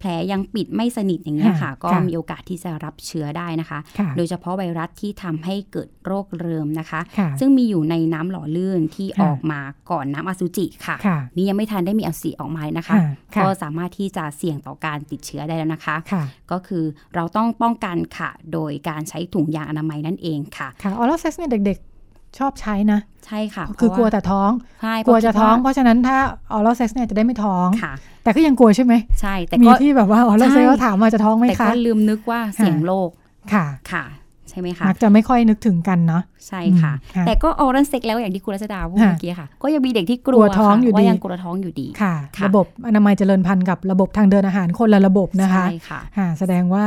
Speaker 3: แผลยังปิดไม่สนิทอย่างเงี้ยค่ะ
Speaker 2: ค่ะ
Speaker 3: ก็
Speaker 2: ค่ะ
Speaker 3: มีโอกาสที่จะรับเชื้อได้นะคะ
Speaker 2: ค่ะ
Speaker 3: โดยเฉพาะไวรัสที่ทำให้เกิดโรคเริมนะคะ
Speaker 2: ค่ะ
Speaker 3: ซึ่งมีอยู่ในน้ำหล่อลื่นที่
Speaker 2: ค่ะ
Speaker 3: ออกมาก่อนน้ำอสุจิค่ะ
Speaker 2: ค่ะ
Speaker 3: นี่ยังไม่ทันได้มีอสุจิออกมานะคะ
Speaker 2: ค่ะค่ะ
Speaker 3: ก็สามารถที่จะเสี่ยงต่อการติดเชื้อได้แล้วนะคะ
Speaker 2: ค่ะ
Speaker 3: ก็คือเราต้องป้องกันค่ะ โดยการใช้ถุงยางอนามัยนั่นเองค่ะ
Speaker 2: ค่ะออร์เซ็กเนี่ยเด็กๆ ชอบใช้นะ
Speaker 3: ใช่ค่ะ
Speaker 2: คือก
Speaker 3: เพ
Speaker 2: ลัว
Speaker 3: ราะา
Speaker 2: แต่ท้อง
Speaker 3: ใช่เพ
Speaker 2: กลัว
Speaker 3: รา
Speaker 2: จะ
Speaker 3: คิ
Speaker 2: ท้อง
Speaker 3: ดา
Speaker 2: เพราะฉะนั้นถ้าออร์เซ็กเนี่ยจะได้ไม่ท้อง
Speaker 3: ค่ะ
Speaker 2: แต่ก็ยังกลัวใช่ไหม
Speaker 3: ใช่แต่
Speaker 2: มี
Speaker 3: ก็
Speaker 2: ที่แบบว่าออร์เซ็กก็ถามว่าจะท้องไหม
Speaker 3: แต่
Speaker 2: คะ
Speaker 3: ก็ลืมนึกว่าเสียงโลก
Speaker 2: ค่ะ
Speaker 3: ค่ะ ใช่ไหมคะ
Speaker 2: มักจะไม่ค่อยนึกถึงกันเนาะ
Speaker 3: ใช่ค่ะ
Speaker 2: อืมค่ะ
Speaker 3: แต่ก็ออรันเซ็กแล้วอย่างที่คุณรัชดาพูด
Speaker 2: ค่ะ
Speaker 3: เมื่อกี้ค่ะ ก็ยังมีเด็กที่กลั
Speaker 2: ก
Speaker 3: ว
Speaker 2: ลัวท้อง
Speaker 3: ค่ะ
Speaker 2: อยู่ดี
Speaker 3: ว่ายังกลัวท้องอยู่ดี
Speaker 2: ค่ะ ระบบอนามัยเจริญพันธุ์กับระบบทางเดินอาหารคนละระบบนะคะ
Speaker 3: ใช่ค่ะ
Speaker 2: ค่ะแสดงว่า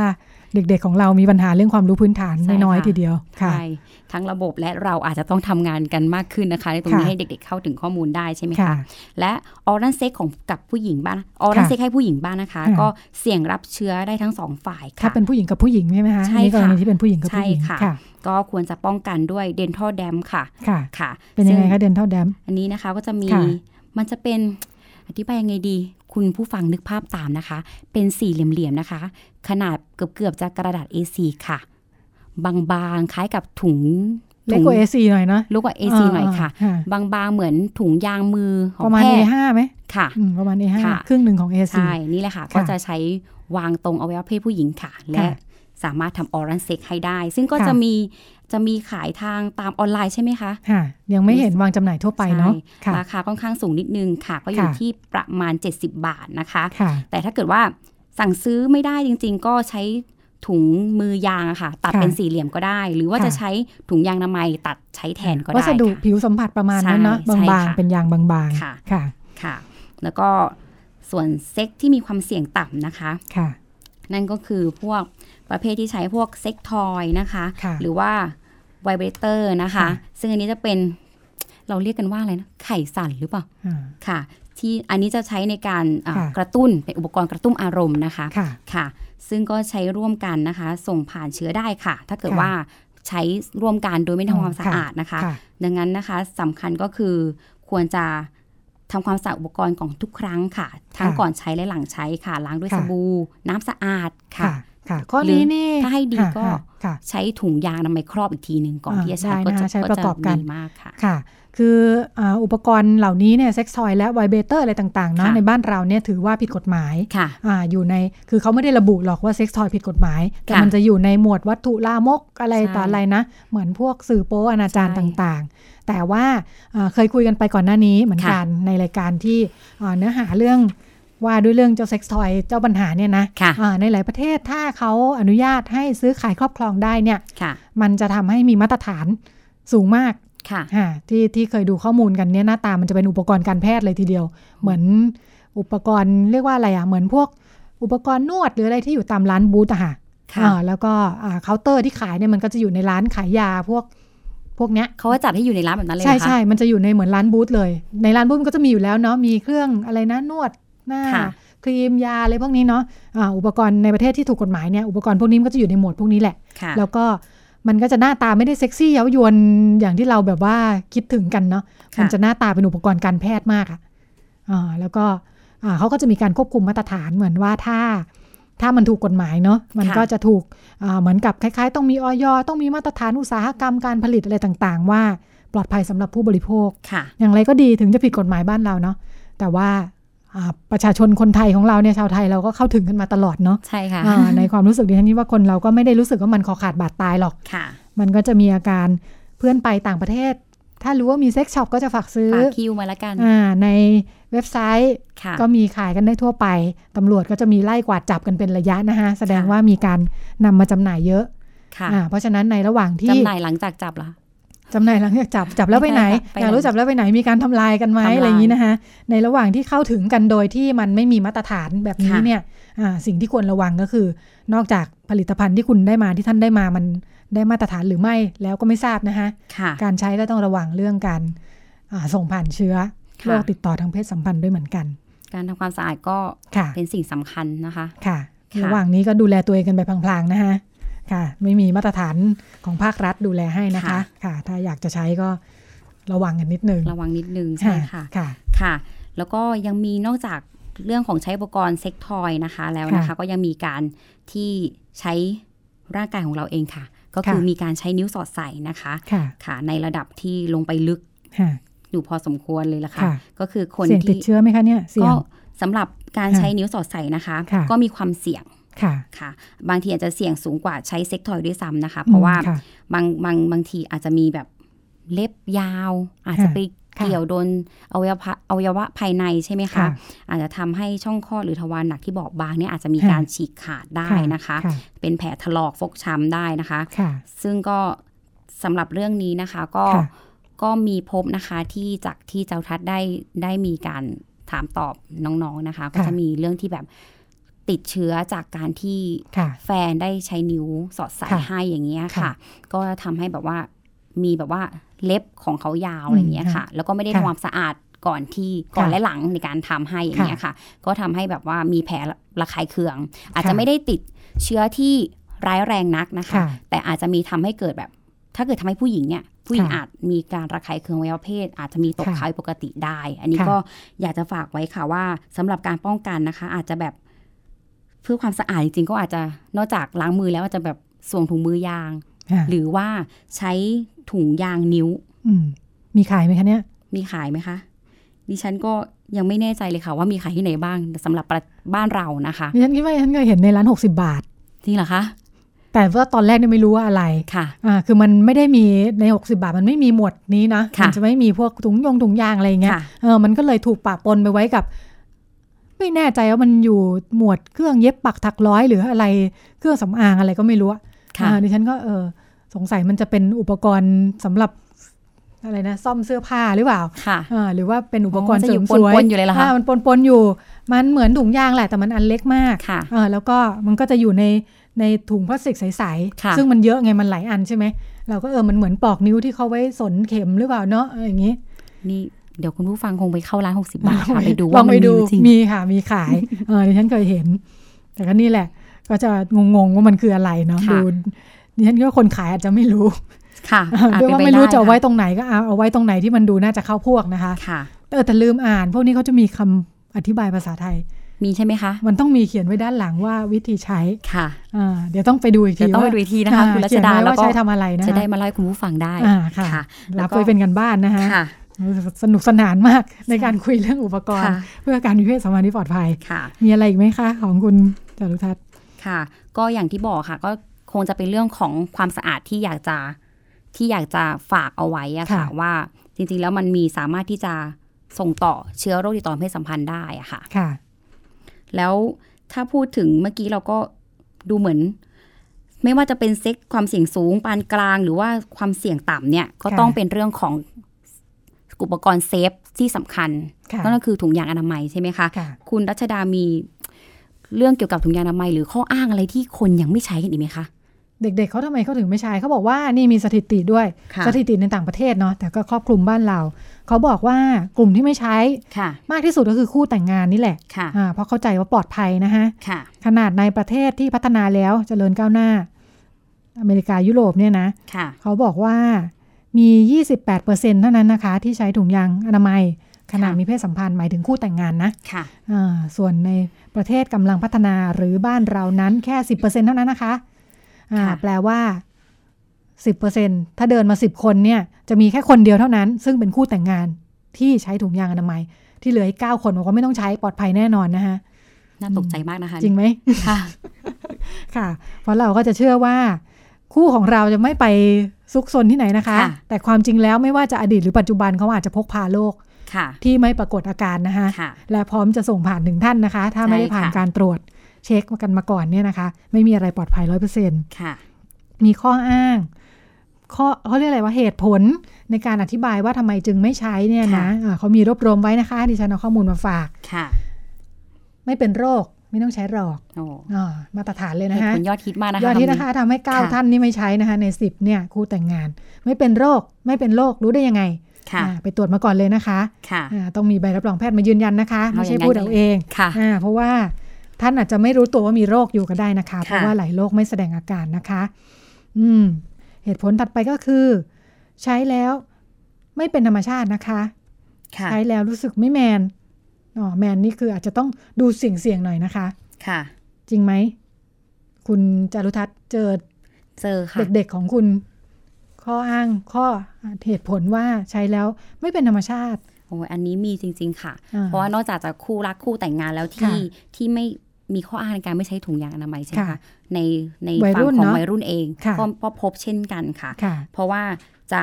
Speaker 2: เด็กๆของเรามีปัญหาเรื่องความรู้พื้นฐาน
Speaker 3: ใช่
Speaker 2: ไม่น้อย
Speaker 3: ค่ะ
Speaker 2: ทีเดียวค่ะ
Speaker 3: ใช่ทั้งระบบและเราอาจจะต้องทำงานกันมากขึ้นนะคะ ในตรงนี้
Speaker 2: ค่ะ
Speaker 3: ให้เด็กๆเข้าถึงข้อมูลได้ใช่ไหม
Speaker 2: ค่ะ
Speaker 3: คะ และออรันเซ็กของกับผู้หญิงบ้างออรันเซ็กให้ผู้หญิงบ้างนะคะ
Speaker 2: ค่ะ
Speaker 3: ก็เสี่ยงรับเชื้อได้ทั้งสองฝ่าย
Speaker 2: ถ้า
Speaker 3: ค่ะ
Speaker 2: เป็นผู้หญิงกับผู้หญิงใช่ไหมคะ
Speaker 3: ใช่
Speaker 2: อันนี่กรณี
Speaker 3: ค่ะ
Speaker 2: ที่เป็นผู้หญิงกับผู้หญิง
Speaker 3: ใช่ค่ะ
Speaker 2: ค่ะ
Speaker 3: ก็ควรจะป้องกันด้วยเดนทัลแดมค่ะ
Speaker 2: ค่ะ
Speaker 3: ค่ะ
Speaker 2: เป็นยังไง
Speaker 3: ซึ่
Speaker 2: คะเดนเท่าแดม
Speaker 3: อันนี้นะคะก็จะมี
Speaker 2: ค่ะ
Speaker 3: มันจะเป็น อธิบายยังไงดี คุณผู้ฟังนึกภาพตามนะคะ เป็นสี่เหลี่ยมๆนะคะ ขนาดเกือบๆจะกระดาษ A4 ค่ะ บางๆ คล้ายกับถุง
Speaker 2: เล็กกว่าเอ
Speaker 3: ถุง
Speaker 2: ซีหน่อยเนาะ
Speaker 3: เล็กกว่า A4
Speaker 2: อ่า
Speaker 3: หน่อยค่ะ
Speaker 2: อ่า
Speaker 3: บางๆ เหมือนถุงยางมือขอ
Speaker 2: ป
Speaker 3: ง
Speaker 2: ระมาณ
Speaker 3: แพท
Speaker 2: A
Speaker 3: ย์
Speaker 2: ห้าไหม
Speaker 3: ค่ะ
Speaker 2: อืมประมาณ A ห้า
Speaker 3: ค่ะ
Speaker 2: ครึ่งหนึ่งของ A ซี
Speaker 3: ใช่ นี่แหละค่ะ
Speaker 2: ค่ะ
Speaker 3: ก็จะใช้วางตรงอวัยวะเพศผู้หญิงค่ะ และ
Speaker 2: ค่ะ
Speaker 3: สามารถทำออรันเซ็กให้ได้ ซึ่งก็
Speaker 2: ค่ะ
Speaker 3: จะมีจะมีขายทางตามออนไลน์ใช่ไหมคะ
Speaker 2: ค่ะ ยังไม่เห็นวางจำหน่ายทั่วไปเนาะ
Speaker 3: ใช่
Speaker 2: ค่ะ
Speaker 3: ราคาค่อนข้างสูงนิดนึงค่ะ ก็อยู่
Speaker 2: ค่ะ
Speaker 3: ที่ประมาณ 70 บาทนะคะ
Speaker 2: ค่ะ
Speaker 3: แต่ถ้าเกิดว่าสั่งซื้อไม่ได้จริง ๆ ก็ใช้ถุงมือยางอะค่ะ ตัด
Speaker 2: ค่ะ
Speaker 3: เป็นสี่เหลี่ยมก็ได้ หรือว่า
Speaker 2: ค่ะ
Speaker 3: จะใช้ถุงยางอนามัยตัดใช้แทนก็ได้
Speaker 2: วัสดุ
Speaker 3: ค่ะ
Speaker 2: ผิวสัมผัสประมาณนั้นเนาะ
Speaker 3: ใช่ใช่
Speaker 2: บาง
Speaker 3: ค่ะ
Speaker 2: ๆ เป็นยางบาง
Speaker 3: ค่ะ
Speaker 2: ๆ ค่ะ
Speaker 3: ค่ะ แล้วก็ส่วนเซ็กที่มีความเสี่ยงต่ำนะคะ
Speaker 2: ค่ะ
Speaker 3: นั่นก็คือพวกประเภทที่ใช้พวกเซ็กทอยนะคะ
Speaker 2: ค่ะ
Speaker 3: หรือว่าไวเบรเตอร์นะคะ
Speaker 2: ค่ะ
Speaker 3: ซึ่งอันนี้จะเป็นเราเรียกกันว่าอะไรนะไข่สั่นหรือเปล่า
Speaker 2: อ่า
Speaker 3: ค่ะที่อันนี้จะใช้ในการอ่ะ
Speaker 2: ค่ะ
Speaker 3: กระตุ้นเป็นอุปกรณ์กระตุ้นอารมณ์นะคะ
Speaker 2: ค่ะ
Speaker 3: ค่ะ ซึ่งก็ใช้ร่วมกันนะคะ ส่งผ่านเชื้อได้ค่ะ ถ้าเกิด
Speaker 2: ค่ะ
Speaker 3: ว่าใช้ร่วมกันโดยไม่
Speaker 2: อ๋อ
Speaker 3: ทำความสะอาดนะคะ
Speaker 2: ค่ะ
Speaker 3: ดังนั้นนะคะสำคัญก็คือควรจะทำความสะอาดอุปกรณ์ของทุกครั้งค่ะ ทั้งก่อนใช้และหลังใช้ค่ะ ล้างด้วย
Speaker 2: ค่ะ
Speaker 3: สบู่น้ำสะอาดค่ะ
Speaker 2: ค่ะ ค่ะ ข้อนี้นี่
Speaker 3: หรือถ้าให้ดีก็
Speaker 2: ค่ะค่ะ
Speaker 3: ใช้ถุงยางอนามัยครอบอีกทีหนึ่งก่อนที่จะใช้
Speaker 2: อ่า
Speaker 3: ก็
Speaker 2: ได้นะ
Speaker 3: จะ
Speaker 2: คะใช้
Speaker 3: ก็
Speaker 2: ประ
Speaker 3: จะ
Speaker 2: กอบกัน
Speaker 3: ดีมากค่ะ
Speaker 2: ค่ะ คืออ่าอุปกรณ์เหล่านี้เนี่ยเซ็กซอยและไวเบเตอร์อะไรต่างๆเนาะ
Speaker 3: ค่ะ
Speaker 2: ในบ้านเราเนี่ยถือว่าผิดกฎหมาย
Speaker 3: ค่ะ
Speaker 2: อ่าอยู่ในคือเขาไม่ได้ระบุหรอกว่าเซ็กซอยผิดกฎหมาย แต่
Speaker 3: ค่ะ
Speaker 2: มันจะอยู่ในหมวดวัตถุลามกอะไร
Speaker 3: ใช่
Speaker 2: ต่ออะไรนะ เหมือนพวกสื่อโป๊อนาจาร
Speaker 3: ใช่
Speaker 2: ต่างๆ แต่ว่าอ่าเคยคุยกันไปก่อนหน้านี้เหมือน
Speaker 3: ค่ะ
Speaker 2: กันในรายการที่อ่าเนื้อหาเรื่องว่าด้วยเรื่องเจ้าเซ็กซ์ทอยเจ้าปัญหาเนี่ยนะ
Speaker 3: ค่ะ
Speaker 2: อ่าในหลายประเทศถ้าเขาอนุญาตให้ซื้อขายครอบครองได้เนี่ย
Speaker 3: ค่ะ
Speaker 2: มันจะทำให้มีมาตรฐานสูงมาก
Speaker 3: ค่ะ
Speaker 2: ค่ะที่ที่เคยดูข้อมูลกันเนี่ยหน้าตามันจะเป็นอุปกรณ์การแพทย์เลยทีเดียว เหมือนอุปกรณ์เรียกว่าอะไรอ่ะเหมือนพวกอุปกรณ์นวดหรืออะไรที่อยู่ตามร้านบูธอะค่ะ
Speaker 3: ค่ะ
Speaker 2: อ่าแล้วก็อ่าเคาน์เตอร์ที่ขายเนี่ยมันก็จะอยู่ในร้านขายยาพวกพวกเนี้ย
Speaker 3: เขาก็จัดให้อยู่ในร้านแบบนั้นเลย
Speaker 2: ใช่
Speaker 3: นะคะ
Speaker 2: ใช่มันจะอยู่ในเหมือนร้านบูธเลย ในร้านบูธมันก็จะมีอยู่แล้วเนาะมีเครื่องอะไรนะนวดหน้า
Speaker 3: ค่ะ
Speaker 2: ครีมยาอะไรพวกนี้เนาะอ่าอุปกรณ์ในประเทศที่ถูกกฎหมายเนี่ยอุปกรณ์พวกนี้มันก็จะอยู่ในหมวดพวกนี้แหละ
Speaker 3: ค่ะ
Speaker 2: แล้วก็มันก็จะหน้าตาไม่ได้เซ็กซี่เย้ายวนอย่างที่เราแบบว่าคิดถึงกันเนาะ
Speaker 3: ค่ะ
Speaker 2: มันจะหน้าตาเป็นอุปกรณ์การแพทย์มากอะอ่าแล้วก็อ่าเขาก็จะมีการควบคุมมาตรฐานเหมือนว่าถ้า ถ้ามันถูกกฎหมายเนาะมันก็จะถูกอ่าเหมือนกับคล้ายๆ ต้องมีออยต้องมีมาตรฐานอุตสาหกรรมการผลิตอะไรต่างๆ ว่าปลอดภัยสำหรับผู้บริโภค
Speaker 3: ค่ะ
Speaker 2: อย่างไรก็ดีถึงจะผิดกฎหมายบ้านเราเนาะแต่ว่า อ่าประชาชนคนไทยของเราเนี่ยชาวไทยเราก็เข้าถึงกันมาตลอดเนาะ
Speaker 3: ใช่ค่ะ
Speaker 2: อ่า ในความรู้สึกดิฉันคิดว่าคนเราก็ไม่ได้รู้สึกว่ามันคอขาดบาดตายหรอก
Speaker 3: ค่ะ
Speaker 2: มันก็จะมีอาการเพื่อนไปต่างประเทศ ถ้ารู้ว่ามีเซ็กช็อปก็จะฝากซื้อ
Speaker 3: ฝากคิวมาละกัน
Speaker 2: อ่าในเว็บไซต์
Speaker 3: ค่ะ
Speaker 2: ก็มีขายกันได้ทั่วไปตำรวจก็จะมีไล่กวาดจับกันเป็นระยะนะคะแสดงว่ามีการนำมาจำหน่ายเยอะ
Speaker 3: ค่ะ
Speaker 2: อ่าเพราะฉะนั้นในระหว่างที่
Speaker 3: จำหน่ายหลังจากจับเหรอคะ
Speaker 2: จำหน่ายหลังจากจับจับแล้วไปไหน
Speaker 3: ไป
Speaker 2: อ
Speaker 3: ไหน
Speaker 2: ยากรู้จับแล้วไปไหนมีการทำลายกันไหม
Speaker 3: ทำลาย
Speaker 2: อะไรอย่างนี้นะคะในระหว่างที่เข้าถึงกันโดยที่มันไม่มีมาตรฐานแบบนี้
Speaker 3: ค่ะ
Speaker 2: เนี่ยอ่าสิ่งที่ควรระวังก็คือ นอกจากผลิตภัณฑ์ที่คุณได้มาที่ท่านได้มามันได้มาตรฐานหรือไม่แล้วก็ไม่ทราบนะคะ
Speaker 3: ค่ะ
Speaker 2: การใช้ก็ต้องระวังเรื่องการอ่าส่งผ่านเชื้อ
Speaker 3: ค่ะ
Speaker 2: โรคติดต่อทางเพศสัมพันธ์ด้วยเหมือนกัน
Speaker 3: การทำความสะอาดก็
Speaker 2: ค่ะ
Speaker 3: เป็นสิ่งสำคัญนะคะ
Speaker 2: ค่ะ
Speaker 3: ค่ะ
Speaker 2: ระหว่างนี้ก็ดูแลตัวเองกันไปพลางๆนะคะค่ะ ไม่มีมาตรฐานของภาครัฐดูแลให้นะคะ ค่ะ ถ้าอยากจะใช้ก็ระวังกันนิดนึง
Speaker 3: ระวังนิดนึงใช่ค่ะ
Speaker 2: ค่ะ
Speaker 3: ค่ะ แล้วก็ยังมีนอกจากเรื่องของใช้อุปกรณ์เซ็กทอยนะคะแล้วนะคะ
Speaker 2: ค่ะ
Speaker 3: ก็ยังมีการที่ใช้ร่างกายของเราเองค่ะ ก็คือ
Speaker 2: ค่ะ
Speaker 3: มีการใช้นิ้วสอดใส่นะคะ
Speaker 2: ค่ะ
Speaker 3: ค่ะ ในระดับที่ลงไปลึก
Speaker 2: ค่ะ
Speaker 3: อยู่พอสมควรเลยละค่ะ
Speaker 2: ค่ะ
Speaker 3: ก็คือคน
Speaker 2: เสี่ยงติ
Speaker 3: ที่
Speaker 2: ดเชื้อไหมคะเนี่ยเสี่ยง
Speaker 3: ก็สำหรับการ
Speaker 2: ค่ะ
Speaker 3: ใช้นิ้วสอดใส่นะคะ
Speaker 2: ค่ะ
Speaker 3: ก็มีความเสี่ยง
Speaker 2: ค่ะ
Speaker 3: ค่ะ บางทีอาจจะเสี่ยงสูงกว่าใช้เซ็กทอยด้วยซ้ำนะคะ เพราะว่า
Speaker 2: ค่
Speaker 3: บางบางบางทีอาจจะมีแบบเล็บยาว อาจจะไป
Speaker 2: ค่ะ
Speaker 3: เกี่ยวโดนอวัยวะอวัยวะภายในใช่ไหมคะ
Speaker 2: ค่ะ
Speaker 3: อาจจะทำให้ช่องคลอดหรือทวารหนักที่บอบบางเนี่ยอาจจะมี
Speaker 2: ค่ะ
Speaker 3: การฉีกขาดได้นะคะ
Speaker 2: ค่ะ
Speaker 3: เป็นแผลถลอกฟกช้ำได้นะคะ
Speaker 2: ค่ะ
Speaker 3: ซึ่งก็สำหรับเรื่องนี้นะคะก็
Speaker 2: ค่ะ
Speaker 3: ก็มีพบนะคะที่จากที่เจ้าทัศน์ได้ได้มีการถามตอบน้องๆนะคะ ก็
Speaker 2: ค่ะ
Speaker 3: จะมีเรื่องที่แบบติดเชื้อจากการที่
Speaker 2: ค่ะ
Speaker 3: แฟนได้ใช้นิ้วสอดใส่
Speaker 2: ค่ะ
Speaker 3: ให้อย่างเงี้ยค่ะ
Speaker 2: ค่ะ
Speaker 3: ก็ทำให้แบบว่ามีแบบว่าเล็บของเขายาวอะไรอย่างเงี้ยค่ะ แล้วก็ไม่ได้
Speaker 2: ค่ะ
Speaker 3: ทำความสะอาดก่อนที่ก่อน
Speaker 2: ค่ะ
Speaker 3: และหลังในการทำให้อย่างเงี้ยค่ะ ก็ทำให้แบบว่ามีแผลระคายเคือง อาจจะ
Speaker 2: ค่ะ
Speaker 3: ไม่ได้ติดเชื้อที่ร้ายแรงนักนะคะ
Speaker 2: ค่ะ
Speaker 3: แต่อาจจะมีทำให้เกิดแบบ ถ้าเกิดทำให้ผู้หญิงเนี่ยผู้หญิง
Speaker 2: ค่ะ
Speaker 3: อาจมีการระคายเคืองอวัยวะเพศ อาจจะมีตก
Speaker 2: ค่ะ
Speaker 3: คายปกติได้ อันนี้
Speaker 2: ค่ะ
Speaker 3: ก็อยากจะฝากไว้ค่ะว่าสำหรับการป้องกันนะคะ อาจจะแบบ เพื่อความสะอาดจริงๆก็อาจจะนอกจากล้างมือแล้วอาจจะแบบสวมถุงมือยาง
Speaker 2: ค่ะ
Speaker 3: หรือว่าใช้ถุงยางนิ้ว
Speaker 2: อืมมีขายไหมคะเนี่ย
Speaker 3: มีขายไหมคะดิฉันก็ยังไม่แน่ใจเลยค่ะ ว่ามีขายที่ไหนบ้างสำหรับประบ้านเรานะคะ
Speaker 2: ดิฉันคิดว่าดิฉันเคยเห็นในร้าน 60 บาท
Speaker 3: จริงเหรอคะ
Speaker 2: แต่ว่าตอนแรกเนี่ยไม่รู้ว่าอะไร
Speaker 3: ค่ะ
Speaker 2: อ่าคือมันไม่ได้มีใน 60 บาทมันไม่มีหมวดนี้นะ
Speaker 3: ค่ะ
Speaker 2: มัจะไม่มีพวกถุงยงถุงยางอะไรอย่างเงี้ย
Speaker 3: ค่ะ
Speaker 2: เออมันก็เลยถูกปะปนไปไว้กับ ไม่แน่ใจว่ามันอยู่หมวดเครื่องเย็บปักถักร้อยหรืออะไรเครื่องสำอางอะไรก็ไม่รู้อ
Speaker 3: ค่ะ
Speaker 2: อ่าดิฉันก็เออสงสัยมันจะเป็นอุปกรณ์สำหรับอะไรนะ ซ่อมเสื้อผ้าหรือเปล่า
Speaker 3: ค่ะ
Speaker 2: อ่าหรือว่าเป็นอุปกรณ์
Speaker 3: อ๋อมัน
Speaker 2: เสริ
Speaker 3: จะอยู่
Speaker 2: มสวย
Speaker 3: ปนๆอยู่เลยเหรอคะ
Speaker 2: ามันปนๆอยู่ มันเหมือนถุงยางแหละแต่มันอันเล็กมาก
Speaker 3: ค่ะ
Speaker 2: เออแล้วก็มันก็จะอยู่ในในถุงพลาสติกใส
Speaker 3: ค่ะ
Speaker 2: ๆ ซึ่งมันเยอะไงมันหลายอันใช่ไหม เราก็เออมันเหมือนปอกนิ้วที่เขาไว้สนเข็มหรือเปล่าเนาะอะไรอย่างนี้
Speaker 3: นี่เดี๋ยวคุณผู้ฟังคงไปเข้าร้าน 60 บาท ค่ะไปดู
Speaker 2: ล
Speaker 3: ว่า
Speaker 2: อง
Speaker 3: มั
Speaker 2: ไป
Speaker 3: นมี
Speaker 2: ดู
Speaker 3: อยู่จริง
Speaker 2: มีค่ะมีขาย เออดิฉันเคยเห็น แต่ก็นี่แหละ ก็จะงงๆว่ามันคืออะไรเนาะดู
Speaker 3: ค่ะ
Speaker 2: ดิฉันคิดว่าคนขายอาจจะไม่รู้
Speaker 3: ค่ะอาจ
Speaker 2: ด้วย
Speaker 3: เป็น
Speaker 2: ว่า
Speaker 3: ป
Speaker 2: ไม่รู้
Speaker 3: ด้
Speaker 2: จะเอาไว้ตรงไหนก็เอาเอาไว้ตรงไหนที่มันดูน่าจะเข้าพวกนะคะ
Speaker 3: ค่ะ
Speaker 2: เออแต่ลืมอ่านพวกนี้เขาจะมีคำอธิบายภาษาไทย
Speaker 3: มีใช่ไหมคะ
Speaker 2: มันต้องมีเขียนไว้ด้านหลังว่าวิธีใช้
Speaker 3: ค่ะ
Speaker 2: อ่าเดี๋ยวต้องไปดูอีกที
Speaker 3: จะต้องไป
Speaker 2: ว่า
Speaker 3: ดูอีกทีนะคะ
Speaker 2: อ่า
Speaker 3: คุณรัชดา
Speaker 2: เขียนไว้
Speaker 3: แล้ว
Speaker 2: ว่า
Speaker 3: ก็
Speaker 2: ใช้ทำอะไรนะคะ
Speaker 3: จะได้มาเล่าให้คุณผู้ฟังได้
Speaker 2: อ่าค่ะ
Speaker 3: แล้
Speaker 2: รับ
Speaker 3: วก็
Speaker 2: ไว้เป็นกันบ้านนะคะ
Speaker 3: ค่ะ
Speaker 2: สนุกสนานมากในการคุยเรื่องอุปกรณ์
Speaker 3: ค่ะ
Speaker 2: เพื่อการมีเพศสัมพันธ์ที่ปลอดภัย
Speaker 3: ค่ะ
Speaker 2: มีอะไรอีกไหมคะ ของคุณจารุทัศน์
Speaker 3: ค่ะ ก็อย่างที่บอกค่ะ ก็คงจะเป็นเรื่องของความสะอาดที่อยากจะที่อยากจะฝากเอาไว้อะค่ะ
Speaker 2: ค่ะ
Speaker 3: ว่าจริงๆแล้วมันมีสามารถที่จะส่งต่อเชื้อโรคติดต่อเพศสัมพันธ์ได้อะค่ะ
Speaker 2: ค่ะ
Speaker 3: แล้วถ้าพูดถึงเมื่อกี้เราก็ดูเหมือน ไม่ว่าจะเป็นเซ็กความเสี่ยงสูงปานกลาง หรือว่าความเสี่ยงต่ำเนี่ยก็
Speaker 2: ค่ะ
Speaker 3: ต้องเป็นเรื่องของอุปกรณ์เซฟที่สำคัญ
Speaker 2: ค่ะ
Speaker 3: นั่นก็คือถุงยางอนามัยใช่ไหมคะ
Speaker 2: ค่ะ
Speaker 3: คุณรัชดามีเรื่องเกี่ยวกับถุงยางอนามัยหรือข้ออ้างอะไรที่คนยังไม่ใช้กันอีกไหมคะ
Speaker 2: เด็กๆเขาทำไมเขาถึงไม่ใช้เขาบอกว่านี่มีสถิติด้วย
Speaker 3: ค่ะ
Speaker 2: สถิติในต่างประเทศเนาะแต่ก็ครอบคลุมบ้านเราเขาบอกว่ากลุ่มที่ไม่ใช้
Speaker 3: ค่ะ
Speaker 2: มากที่สุดก็คือคู่แต่งงานนี่แหละ
Speaker 3: ค่ะ
Speaker 2: อ่าเพราะเข้าใจว่าปลอดภัยนะคะ
Speaker 3: ค่ะ
Speaker 2: ขนาดในประเทศที่พัฒนาแล้วเจริญก้าวหน้า อเมริกายุโรปเนี่ยนะ
Speaker 3: ค่ะ
Speaker 2: เขาบอกว่ามี 28%เท่านั้นนะคะ ที่ใช้ถุงยางอนามัย ขณะ
Speaker 3: ค่ะ
Speaker 2: มีเพศสัมพันธ์หมายถึงคู่แต่งงานนะ
Speaker 3: ค่ะ
Speaker 2: อ่าส่วนในประเทศกำลังพัฒนาหรือบ้านเรานั้นแค่ 10%เท่านั้นนะคะอ่า
Speaker 3: ค่ะ
Speaker 2: แปลว่า 10%ถ้าเดินมา 10 คนเนี่ยจะมีแค่คนเดียวเท่านั้น ซึ่งเป็นคู่แต่งงานที่ใช้ถุงยางอนามัย ที่เหลืออีก9คนบอกว่าไม่ต้องใช้ปลอดภัยแน่นอนนะคะ
Speaker 3: น่าตกใจมาก นะคะ
Speaker 2: จริงไหม
Speaker 3: ค่ะ
Speaker 2: ค่ะ เพราะเราก็จะเชื่อว่า คู่ของเราจะไม่ไปซุกซนที่ไหนนะคะ แต่ความจริงแล้วไม่ว่าจะอดีตหรือปัจจุบันเขาอาจจะพกพาโรคที่ไม่ปรากฏอาการนะคะและพร้อมจะส่งผ่านถึงท่านนะคะ ถ้าไม่ได้ผ่านการตรวจเช็คมากันมาก่อนเนี่ยนะคะ ไม่มีอะไรปลอดภัยร้อยเปอร์เซ็นต์
Speaker 3: ค่ะ
Speaker 2: มีข้ออ้างข้อเขาเรียกอะไรว่าเหตุผลในการอธิบายว่าทำไมจึงไม่ใช้เนี่ยนะะเขามีรวบรวมไว้นะคะ ดิฉันเอาข้อมูลมาฝาก
Speaker 3: ค่ะ
Speaker 2: ไม่เป็นโรคไม่ต้องใช้หรอก
Speaker 3: โอ้
Speaker 2: มาตรฐานเลยนะคะ
Speaker 3: เหตุผลยอดฮิตมากนะคะ
Speaker 2: ยอดฮิตนะคะทำให้เก้า
Speaker 3: ค่ะ
Speaker 2: ท่านนี่ไม่ใช้นะคะ ในสิบเนี่ยคู่แต่งงาน ไม่เป็นโรคไม่เป็นโรครู้ได้ยังไง
Speaker 3: ค่ะ
Speaker 2: อ่าไปตรวจมาก่อนเลยนะคะ
Speaker 3: ค่ะ
Speaker 2: อ่าต้องมีใบรับรองแพทย์มายืนยันนะคะ
Speaker 3: เอา
Speaker 2: ไม่ใช่
Speaker 3: อย่างนั้น
Speaker 2: พูดเอาเอง
Speaker 3: ค่ะ
Speaker 2: อ่าเพราะว่าท่านอาจจะไม่รู้ตัวว่ามีโรคอยู่ก็ได้นะคะ เพราะ
Speaker 3: ค่ะ
Speaker 2: ว่าหลายโรคไม่แสดงอาการนะคะ อืม เหตุผลถัดไปก็คือ ใช้แล้วไม่เป็นธรรมชาตินะคะ
Speaker 3: ค่ะ
Speaker 2: ใช้แล้วรู้สึกไม่แมนอ๋อแมนนี่คืออาจจะต้องดูเสี่ยงเสี่ยงๆหน่อยนะคะ
Speaker 3: ค่ะ
Speaker 2: จริงไหม คุณจารุทัศน์เจอ
Speaker 3: เจอค่ะ
Speaker 2: เด็กๆของคุณ ข้ออ้างข้อเหตุผลว่าใช้แล้วไม่เป็นธรรมชาติ
Speaker 3: โอ้ยอันนี้มีจริง ๆ ค่ะ
Speaker 2: อ่า
Speaker 3: เพราะว่านอกจากจะคู่รักคู่แต่งงานแล้วที่ที่ไม่มีข้ออ้างในการไม่ใช้ถุงยางอนามัยใช่ไหม
Speaker 2: ค่ะ
Speaker 3: คะในใน
Speaker 2: วัย
Speaker 3: ฝั่
Speaker 2: รุ่
Speaker 3: ง
Speaker 2: น
Speaker 3: ของ
Speaker 2: เนอะ
Speaker 3: วัยรุ่นเอง
Speaker 2: ค่ะ
Speaker 3: ก็ก็พบเช่นกันค่ะ
Speaker 2: ค่ะ
Speaker 3: เพราะว่าจะ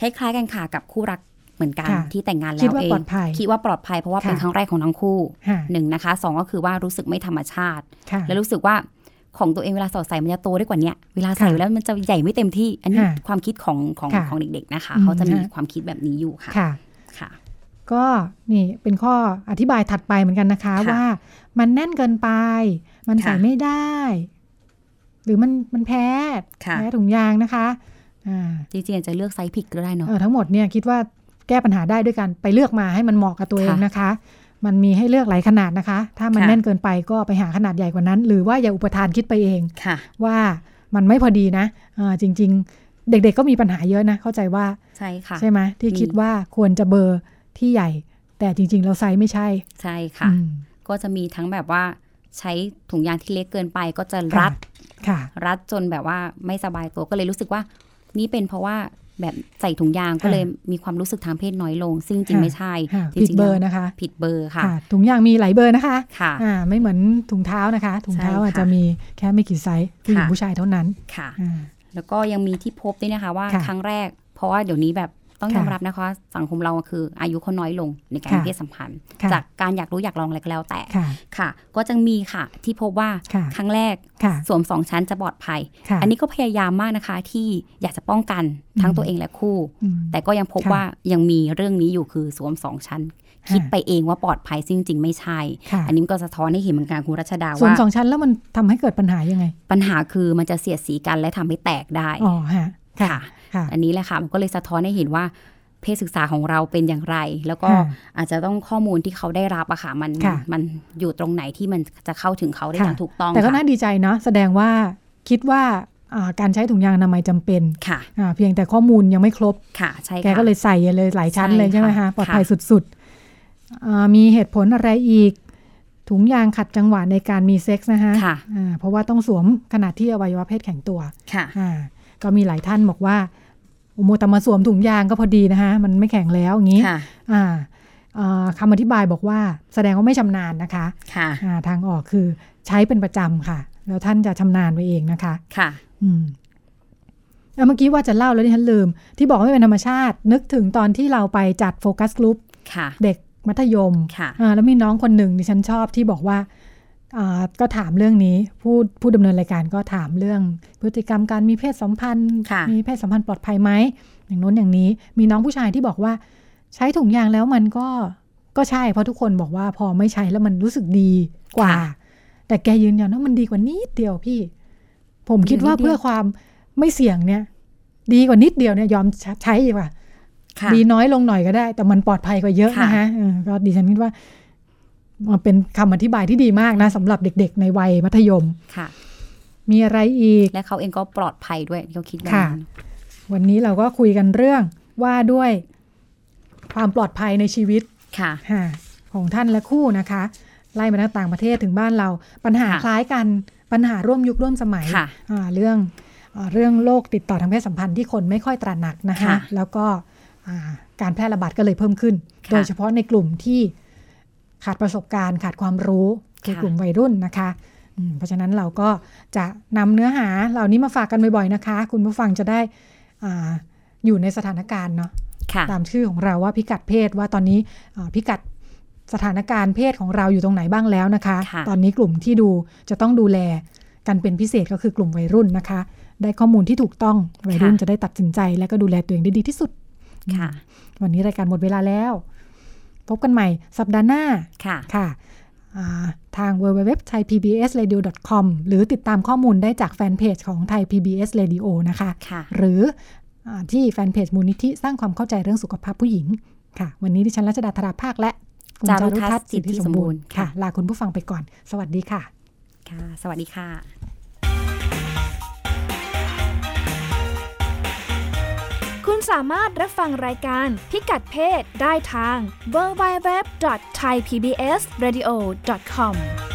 Speaker 3: คล้ายๆกันค่ะกับคู่รักเหมือนกัน
Speaker 2: ค่ะ
Speaker 3: ที่แต่งงาน
Speaker 2: คิ
Speaker 3: แล้
Speaker 2: ด
Speaker 3: ว
Speaker 2: ว่า
Speaker 3: เอง
Speaker 2: ปลอดภัย
Speaker 3: คิดว่าปลอดภัยเพราะว่า
Speaker 2: ค่ะ
Speaker 3: เป็นครั้งแรกของทั้งคู่
Speaker 2: ค่ะ
Speaker 3: หนึ่งนะคะสองก็คือว่ารู้สึกไม่ธรรมชาติ
Speaker 2: ค่ะ
Speaker 3: และรู้สึกว่าของตัวเองเวลาสอดใส่มันจะโตได้กว่าเนี้ยเวลาใส่
Speaker 2: ค่ะ
Speaker 3: แล้วมันจะใหญ่ไม่เต็มที่ อันนี้
Speaker 2: ค่ะ
Speaker 3: ความคิดของของ
Speaker 2: ค่ะ
Speaker 3: ของเด็กๆนะคะ
Speaker 2: อืม
Speaker 3: เขาจะมี
Speaker 2: ค่ะ
Speaker 3: ความคิดแบบนี้อยู่ค่ะ
Speaker 2: ค่ะ
Speaker 3: ค่ะ
Speaker 2: ก็นี่เป็นข้ออธิบายถัดไปเหมือนกันนะคะ
Speaker 3: ค่ะ
Speaker 2: ว่ามันแน่นเกินไป มันใส่
Speaker 3: ค่ะ
Speaker 2: ไม่ได้ หรือมันมันแพ้
Speaker 3: ค่ะ
Speaker 2: แพ้ถุงยางนะคะอ่า
Speaker 3: จริงๆอาจจะเลือกไซส์ผิดก็ได้เนาะ
Speaker 2: เออทั้งหมดเนี่ยคิดว่าแก้ปัญหาได้ด้วยการไปเลือกมาให้มันเหมาะกับตัวเอง
Speaker 3: ค่ะ
Speaker 2: นะคะ มันมีให้เลือกหลายขนาดนะคะ ถ้ามัน
Speaker 3: ค่ะ
Speaker 2: แน่นเกินไปก็ไปหาขนาดใหญ่กว่านั้น หรือว่าอย่าอุปทานคิดไปเอง
Speaker 3: ค่ะ
Speaker 2: ว่ามันไม่พอดีนะเออจริง ๆ เด็กๆก็มีปัญหาเยอะนะ เข้าใจว่า
Speaker 3: ใช่ค่ะ
Speaker 2: ใช่ไหมที่คิดว่าควรจะเบอร์ที่ใหญ่ แต่จริงๆเราไซส์ไม่ใช่
Speaker 3: ใช่ค่ะ
Speaker 2: อืม
Speaker 3: ก็จะมีทั้งแบบว่าใช้ถุงยางที่เล็กเกินไปก็จะ
Speaker 2: ค่ะ
Speaker 3: รัด
Speaker 2: ค่ะ
Speaker 3: รัดจนแบบว่าไม่สบายตัวก็เลยรู้สึกว่า นี่เป็นเพราะว่าแบบใส่ถุงยางก็
Speaker 2: ค่ะ
Speaker 3: เลยมีความรู้สึกทางเพศน้อยลง ซึ่งจริง
Speaker 2: ค่ะ
Speaker 3: ไม่ใช่
Speaker 2: ค่ะ
Speaker 3: จงๆ
Speaker 2: ผิดเบอร์นะคะ
Speaker 3: ผิดเบอร์ค่ะ
Speaker 2: ค่ะถุงยางมีหลายเบอร์นะคะ
Speaker 3: ค่ะ
Speaker 2: อ่าไม่เหมือนถุงเท้านะคะ ถุงเท้า
Speaker 3: ใช่ค่ะ
Speaker 2: อาจจะมีแค่ไม่กี่ไซส์ผู้หญิง
Speaker 3: ค่ะ
Speaker 2: ผู้ชายเท่านั้น
Speaker 3: ค่ะ
Speaker 2: อ่า
Speaker 3: แล้วก็ยังมีที่พบด้วยนะคะว่า
Speaker 2: ค่ะ
Speaker 3: ครั้งแรก เพราะว่าเดี๋ยวนี้แบบต้อง
Speaker 2: ค่ะ
Speaker 3: ยอมรับนะคะ สังคมเราคืออายุเขาน้อยลงในการ
Speaker 2: ค่ะ
Speaker 3: มีเพศสัมพันธ์
Speaker 2: ค่ะ
Speaker 3: จากการอยากรู้อยากลองอะไรก็แล้วแต่
Speaker 2: ค่ะ
Speaker 3: ค่ะ ก็จังมีค่ะที่พบว่า
Speaker 2: ค่ะ
Speaker 3: ครั้งแรก
Speaker 2: ค่ะ
Speaker 3: สวมสองชั้นจะปลอดภัย
Speaker 2: ค่ะ
Speaker 3: อันนี้ก็พยายามมากนะคะที่อยากจะป้องกันทั้ง
Speaker 2: อืม
Speaker 3: ตัวเองและคู่
Speaker 2: อืม
Speaker 3: แต่ก็ยังพบ
Speaker 2: ค่ะ
Speaker 3: ว่ายังมีเรื่องนี้อยู่คือสวมสองชั้น
Speaker 2: ะ
Speaker 3: คิดไปเองว่าปลอดภัยซึ่งจริงไม่ใช่
Speaker 2: ค่ะ
Speaker 3: อันนี้มันก็สะท้อนให้เห็นเหมือนกันคุณรัชดา
Speaker 2: ส่วน
Speaker 3: ว่า
Speaker 2: สองชั้นแล้วมันทำให้เกิดปัญหายังไง
Speaker 3: ปัญหาคือมันจะเสียดสีกันและทำให้แตกได้
Speaker 2: อ๋อฮะ
Speaker 3: ค่ะ
Speaker 2: ค่ะ
Speaker 3: อันนี้แหละค่ะมันก็เลยสะท้อนให้เห็นว่าเพศศึกษาของเราเป็นอย่างไร แล้วก็
Speaker 2: ค่ะ
Speaker 3: อาจจะต้องข้อมูลที่เขาได้รับอะค่ะมัน
Speaker 2: ค่ะ
Speaker 3: มันอยู่ตรงไหนที่มันจะเข้าถึงเขาได้
Speaker 2: ค่ะ
Speaker 3: อย่างถูกต้อง
Speaker 2: แต่ก็
Speaker 3: ค่ะ
Speaker 2: น่าดีใจเนาะแสดงว่าคิดว่าอ่าการใช้ถุงยางอนามัยจำเป็น
Speaker 3: ค่ะ
Speaker 2: อ่าเพียงแต่ข้อมูลยังไม่ครบ
Speaker 3: ค่ะใช่ค่ะ
Speaker 2: แกก็เลยใส่เลยหลายชั้นเลย
Speaker 3: ใช่
Speaker 2: ใช่ไหม
Speaker 3: ค่ะ
Speaker 2: คะปลอดภัย
Speaker 3: ค่ะ
Speaker 2: สุดๆอ่ามีเหตุผลอะไรอีก ถุงยางขัดจังหวะในการมีเซ็กส์นะคะ
Speaker 3: ค่ะ
Speaker 2: อ่าเพราะว่าต้องสวมขนาดที่อวัยวะเพศแข็งตัว
Speaker 3: ค่ะ
Speaker 2: อ่าก็มีหลายท่านบอกว่าโอโมแต่มาสวมถุงยางก็พอดีนะคะมันไม่แข็งแล้วอย่างนี้
Speaker 3: ค่ะ
Speaker 2: อ่าอ่าคำอธิบายบอกว่าแสดงว่าไม่ชำนาญนะคะ
Speaker 3: ค่ะ
Speaker 2: อ่าทางออกคือใช้เป็นประจำค่ะ แล้วท่านจะชำนาญไปเองนะคะ
Speaker 3: ค่ะ
Speaker 2: อืมแล้วเมื่อกี้ว่าจะเล่าแล้วที่ฉันลืม ที่บอกว่าไม่เป็นธรรมชาติ นึกถึงตอนที่เราไปจัดโฟกัสกลุ่ม
Speaker 3: ค่ะ
Speaker 2: เด็กมัธยม
Speaker 3: ค่ะ
Speaker 2: อ่าแล้วมีน้องคนหนึ่งดิฉันชอบที่บอกว่าอ่าก็ถามเรื่องนี้ผู้ผู้ดำเนินรายการก็ถามเรื่อง พฤติกรรมการมีเพศสัมพันธ์
Speaker 3: ค่ะ
Speaker 2: มีเพศสัมพันธ์ปลอดภัยไหมอย่างโน้นอย่างนี้ มีน้องผู้ชายที่บอกว่า ใช้ถุงยางแล้วมันก็ก็ใช่เพราะทุกคนบอกว่าพอไม่ใช้แล้วมันรู้สึกดีกว่า แต่แกยืนยันว่ามันดีกว่านิดเดียวพี่ ผมคิดว่า
Speaker 3: ดีกว่านิดเดียว
Speaker 2: เพื่อความไม่เสี่ยงเนี่ย ดีกว่านิดเดียวเนี่ยยอมใช้ใช้ดีกว่า
Speaker 3: ค่ะ
Speaker 2: ดีน้อยลงหน่อยก็ได้ แต่มันปลอดภัยกว่าเยอะ
Speaker 3: ค่ะ
Speaker 2: นะคะเออก็ดิฉันคิดว่ามันเป็นคำอธิบายที่ดีมากนะสำหรับเด็ก ๆ ในวัยมัธยม
Speaker 3: ค่ะ
Speaker 2: มีอะไรอีก
Speaker 3: และเขาเองก็ปลอดภัยด้วยเขาคิดแบบ
Speaker 2: ค่ะ
Speaker 3: นั้น
Speaker 2: วันนี้เราก็คุยกันเรื่องว่าด้วยความปลอดภัยในชีวิต
Speaker 3: ค่ะ
Speaker 2: ค่ะของท่านและคู่นะคะ ไล่มาตั้งต่างประเทศถึงบ้านเรา ปัญหา
Speaker 3: ค่ะ
Speaker 2: คล้ายกันปัญหาร่วมยุคร่วมสมัย
Speaker 3: ค่ะ
Speaker 2: อ่าเรื่องอ่าเรื่องโรคติดต่อทางเพศสัมพันธ์ที่คนไม่ค่อยตระหนักนะคะ
Speaker 3: ค่ะ
Speaker 2: แล้วก็อ่าการแพร่ระบาดก็เลยเพิ่มขึ้น
Speaker 3: ค่ะ
Speaker 2: โดยเฉพาะในกลุ่มที่ ขาดประสบการณ์ ขาดความรู้ในกลุ่มวัยรุ่นนะคะอืมเพราะฉะนั้นเราก็จะนำเนื้อหาเหล่านี้มาฝากกันบ่อยๆนะคะ คุณผู้ฟังจะได้อ่าอยู่ในสถานการณ์เนาะ
Speaker 3: ค่ะ
Speaker 2: ตามชื่อของเราว่าพิกัดเพศว่าตอนนี้อ่าพิกัดสถานการณ์เพศของเราอยู่ตรงไหนบ้างแล้วนะคะ
Speaker 3: ค่ะ
Speaker 2: ตอนนี้กลุ่มที่ดูจะต้องดูแลกันเป็นพิเศษก็คือกลุ่มวัยรุ่นนะคะ ได้ข้อมูลที่ถูกต้องวัยรุ่นจะได้ตัดสินใจ และก็ดูแลตัวเองได้ดีที่สุด
Speaker 3: ค่ะ
Speaker 2: วันนี้รายการหมดเวลาแล้ว พบกันใหม่สัปดาห์หน้า
Speaker 3: ค่ะ
Speaker 2: ค่ะอ่าทาง w w w t h a i p b s r a d i o c o m หรือติดตามข้อมูลได้จากแฟนเพจของไทย PBS Radio นะคะ
Speaker 3: ค่ะ
Speaker 2: หรืออาที่แฟนเพจมูลนิธิสร้างความเข้าใจเรื่องสุขภาพผู้หญิง ค่ะ วันนี้ดิฉันรัชดาธราภาคและคุณ
Speaker 3: จารุทัศน์สิทธิสมบูรณ์
Speaker 2: ค่ะ ลาคุณผู้ฟังไปก่อน สวัสดีค่ะ
Speaker 3: ค่ะ สวัสดีค่ะ
Speaker 1: คุณสามารถรับฟังรายการพิกัดเพศได้ทาง www.thaipbsradio.com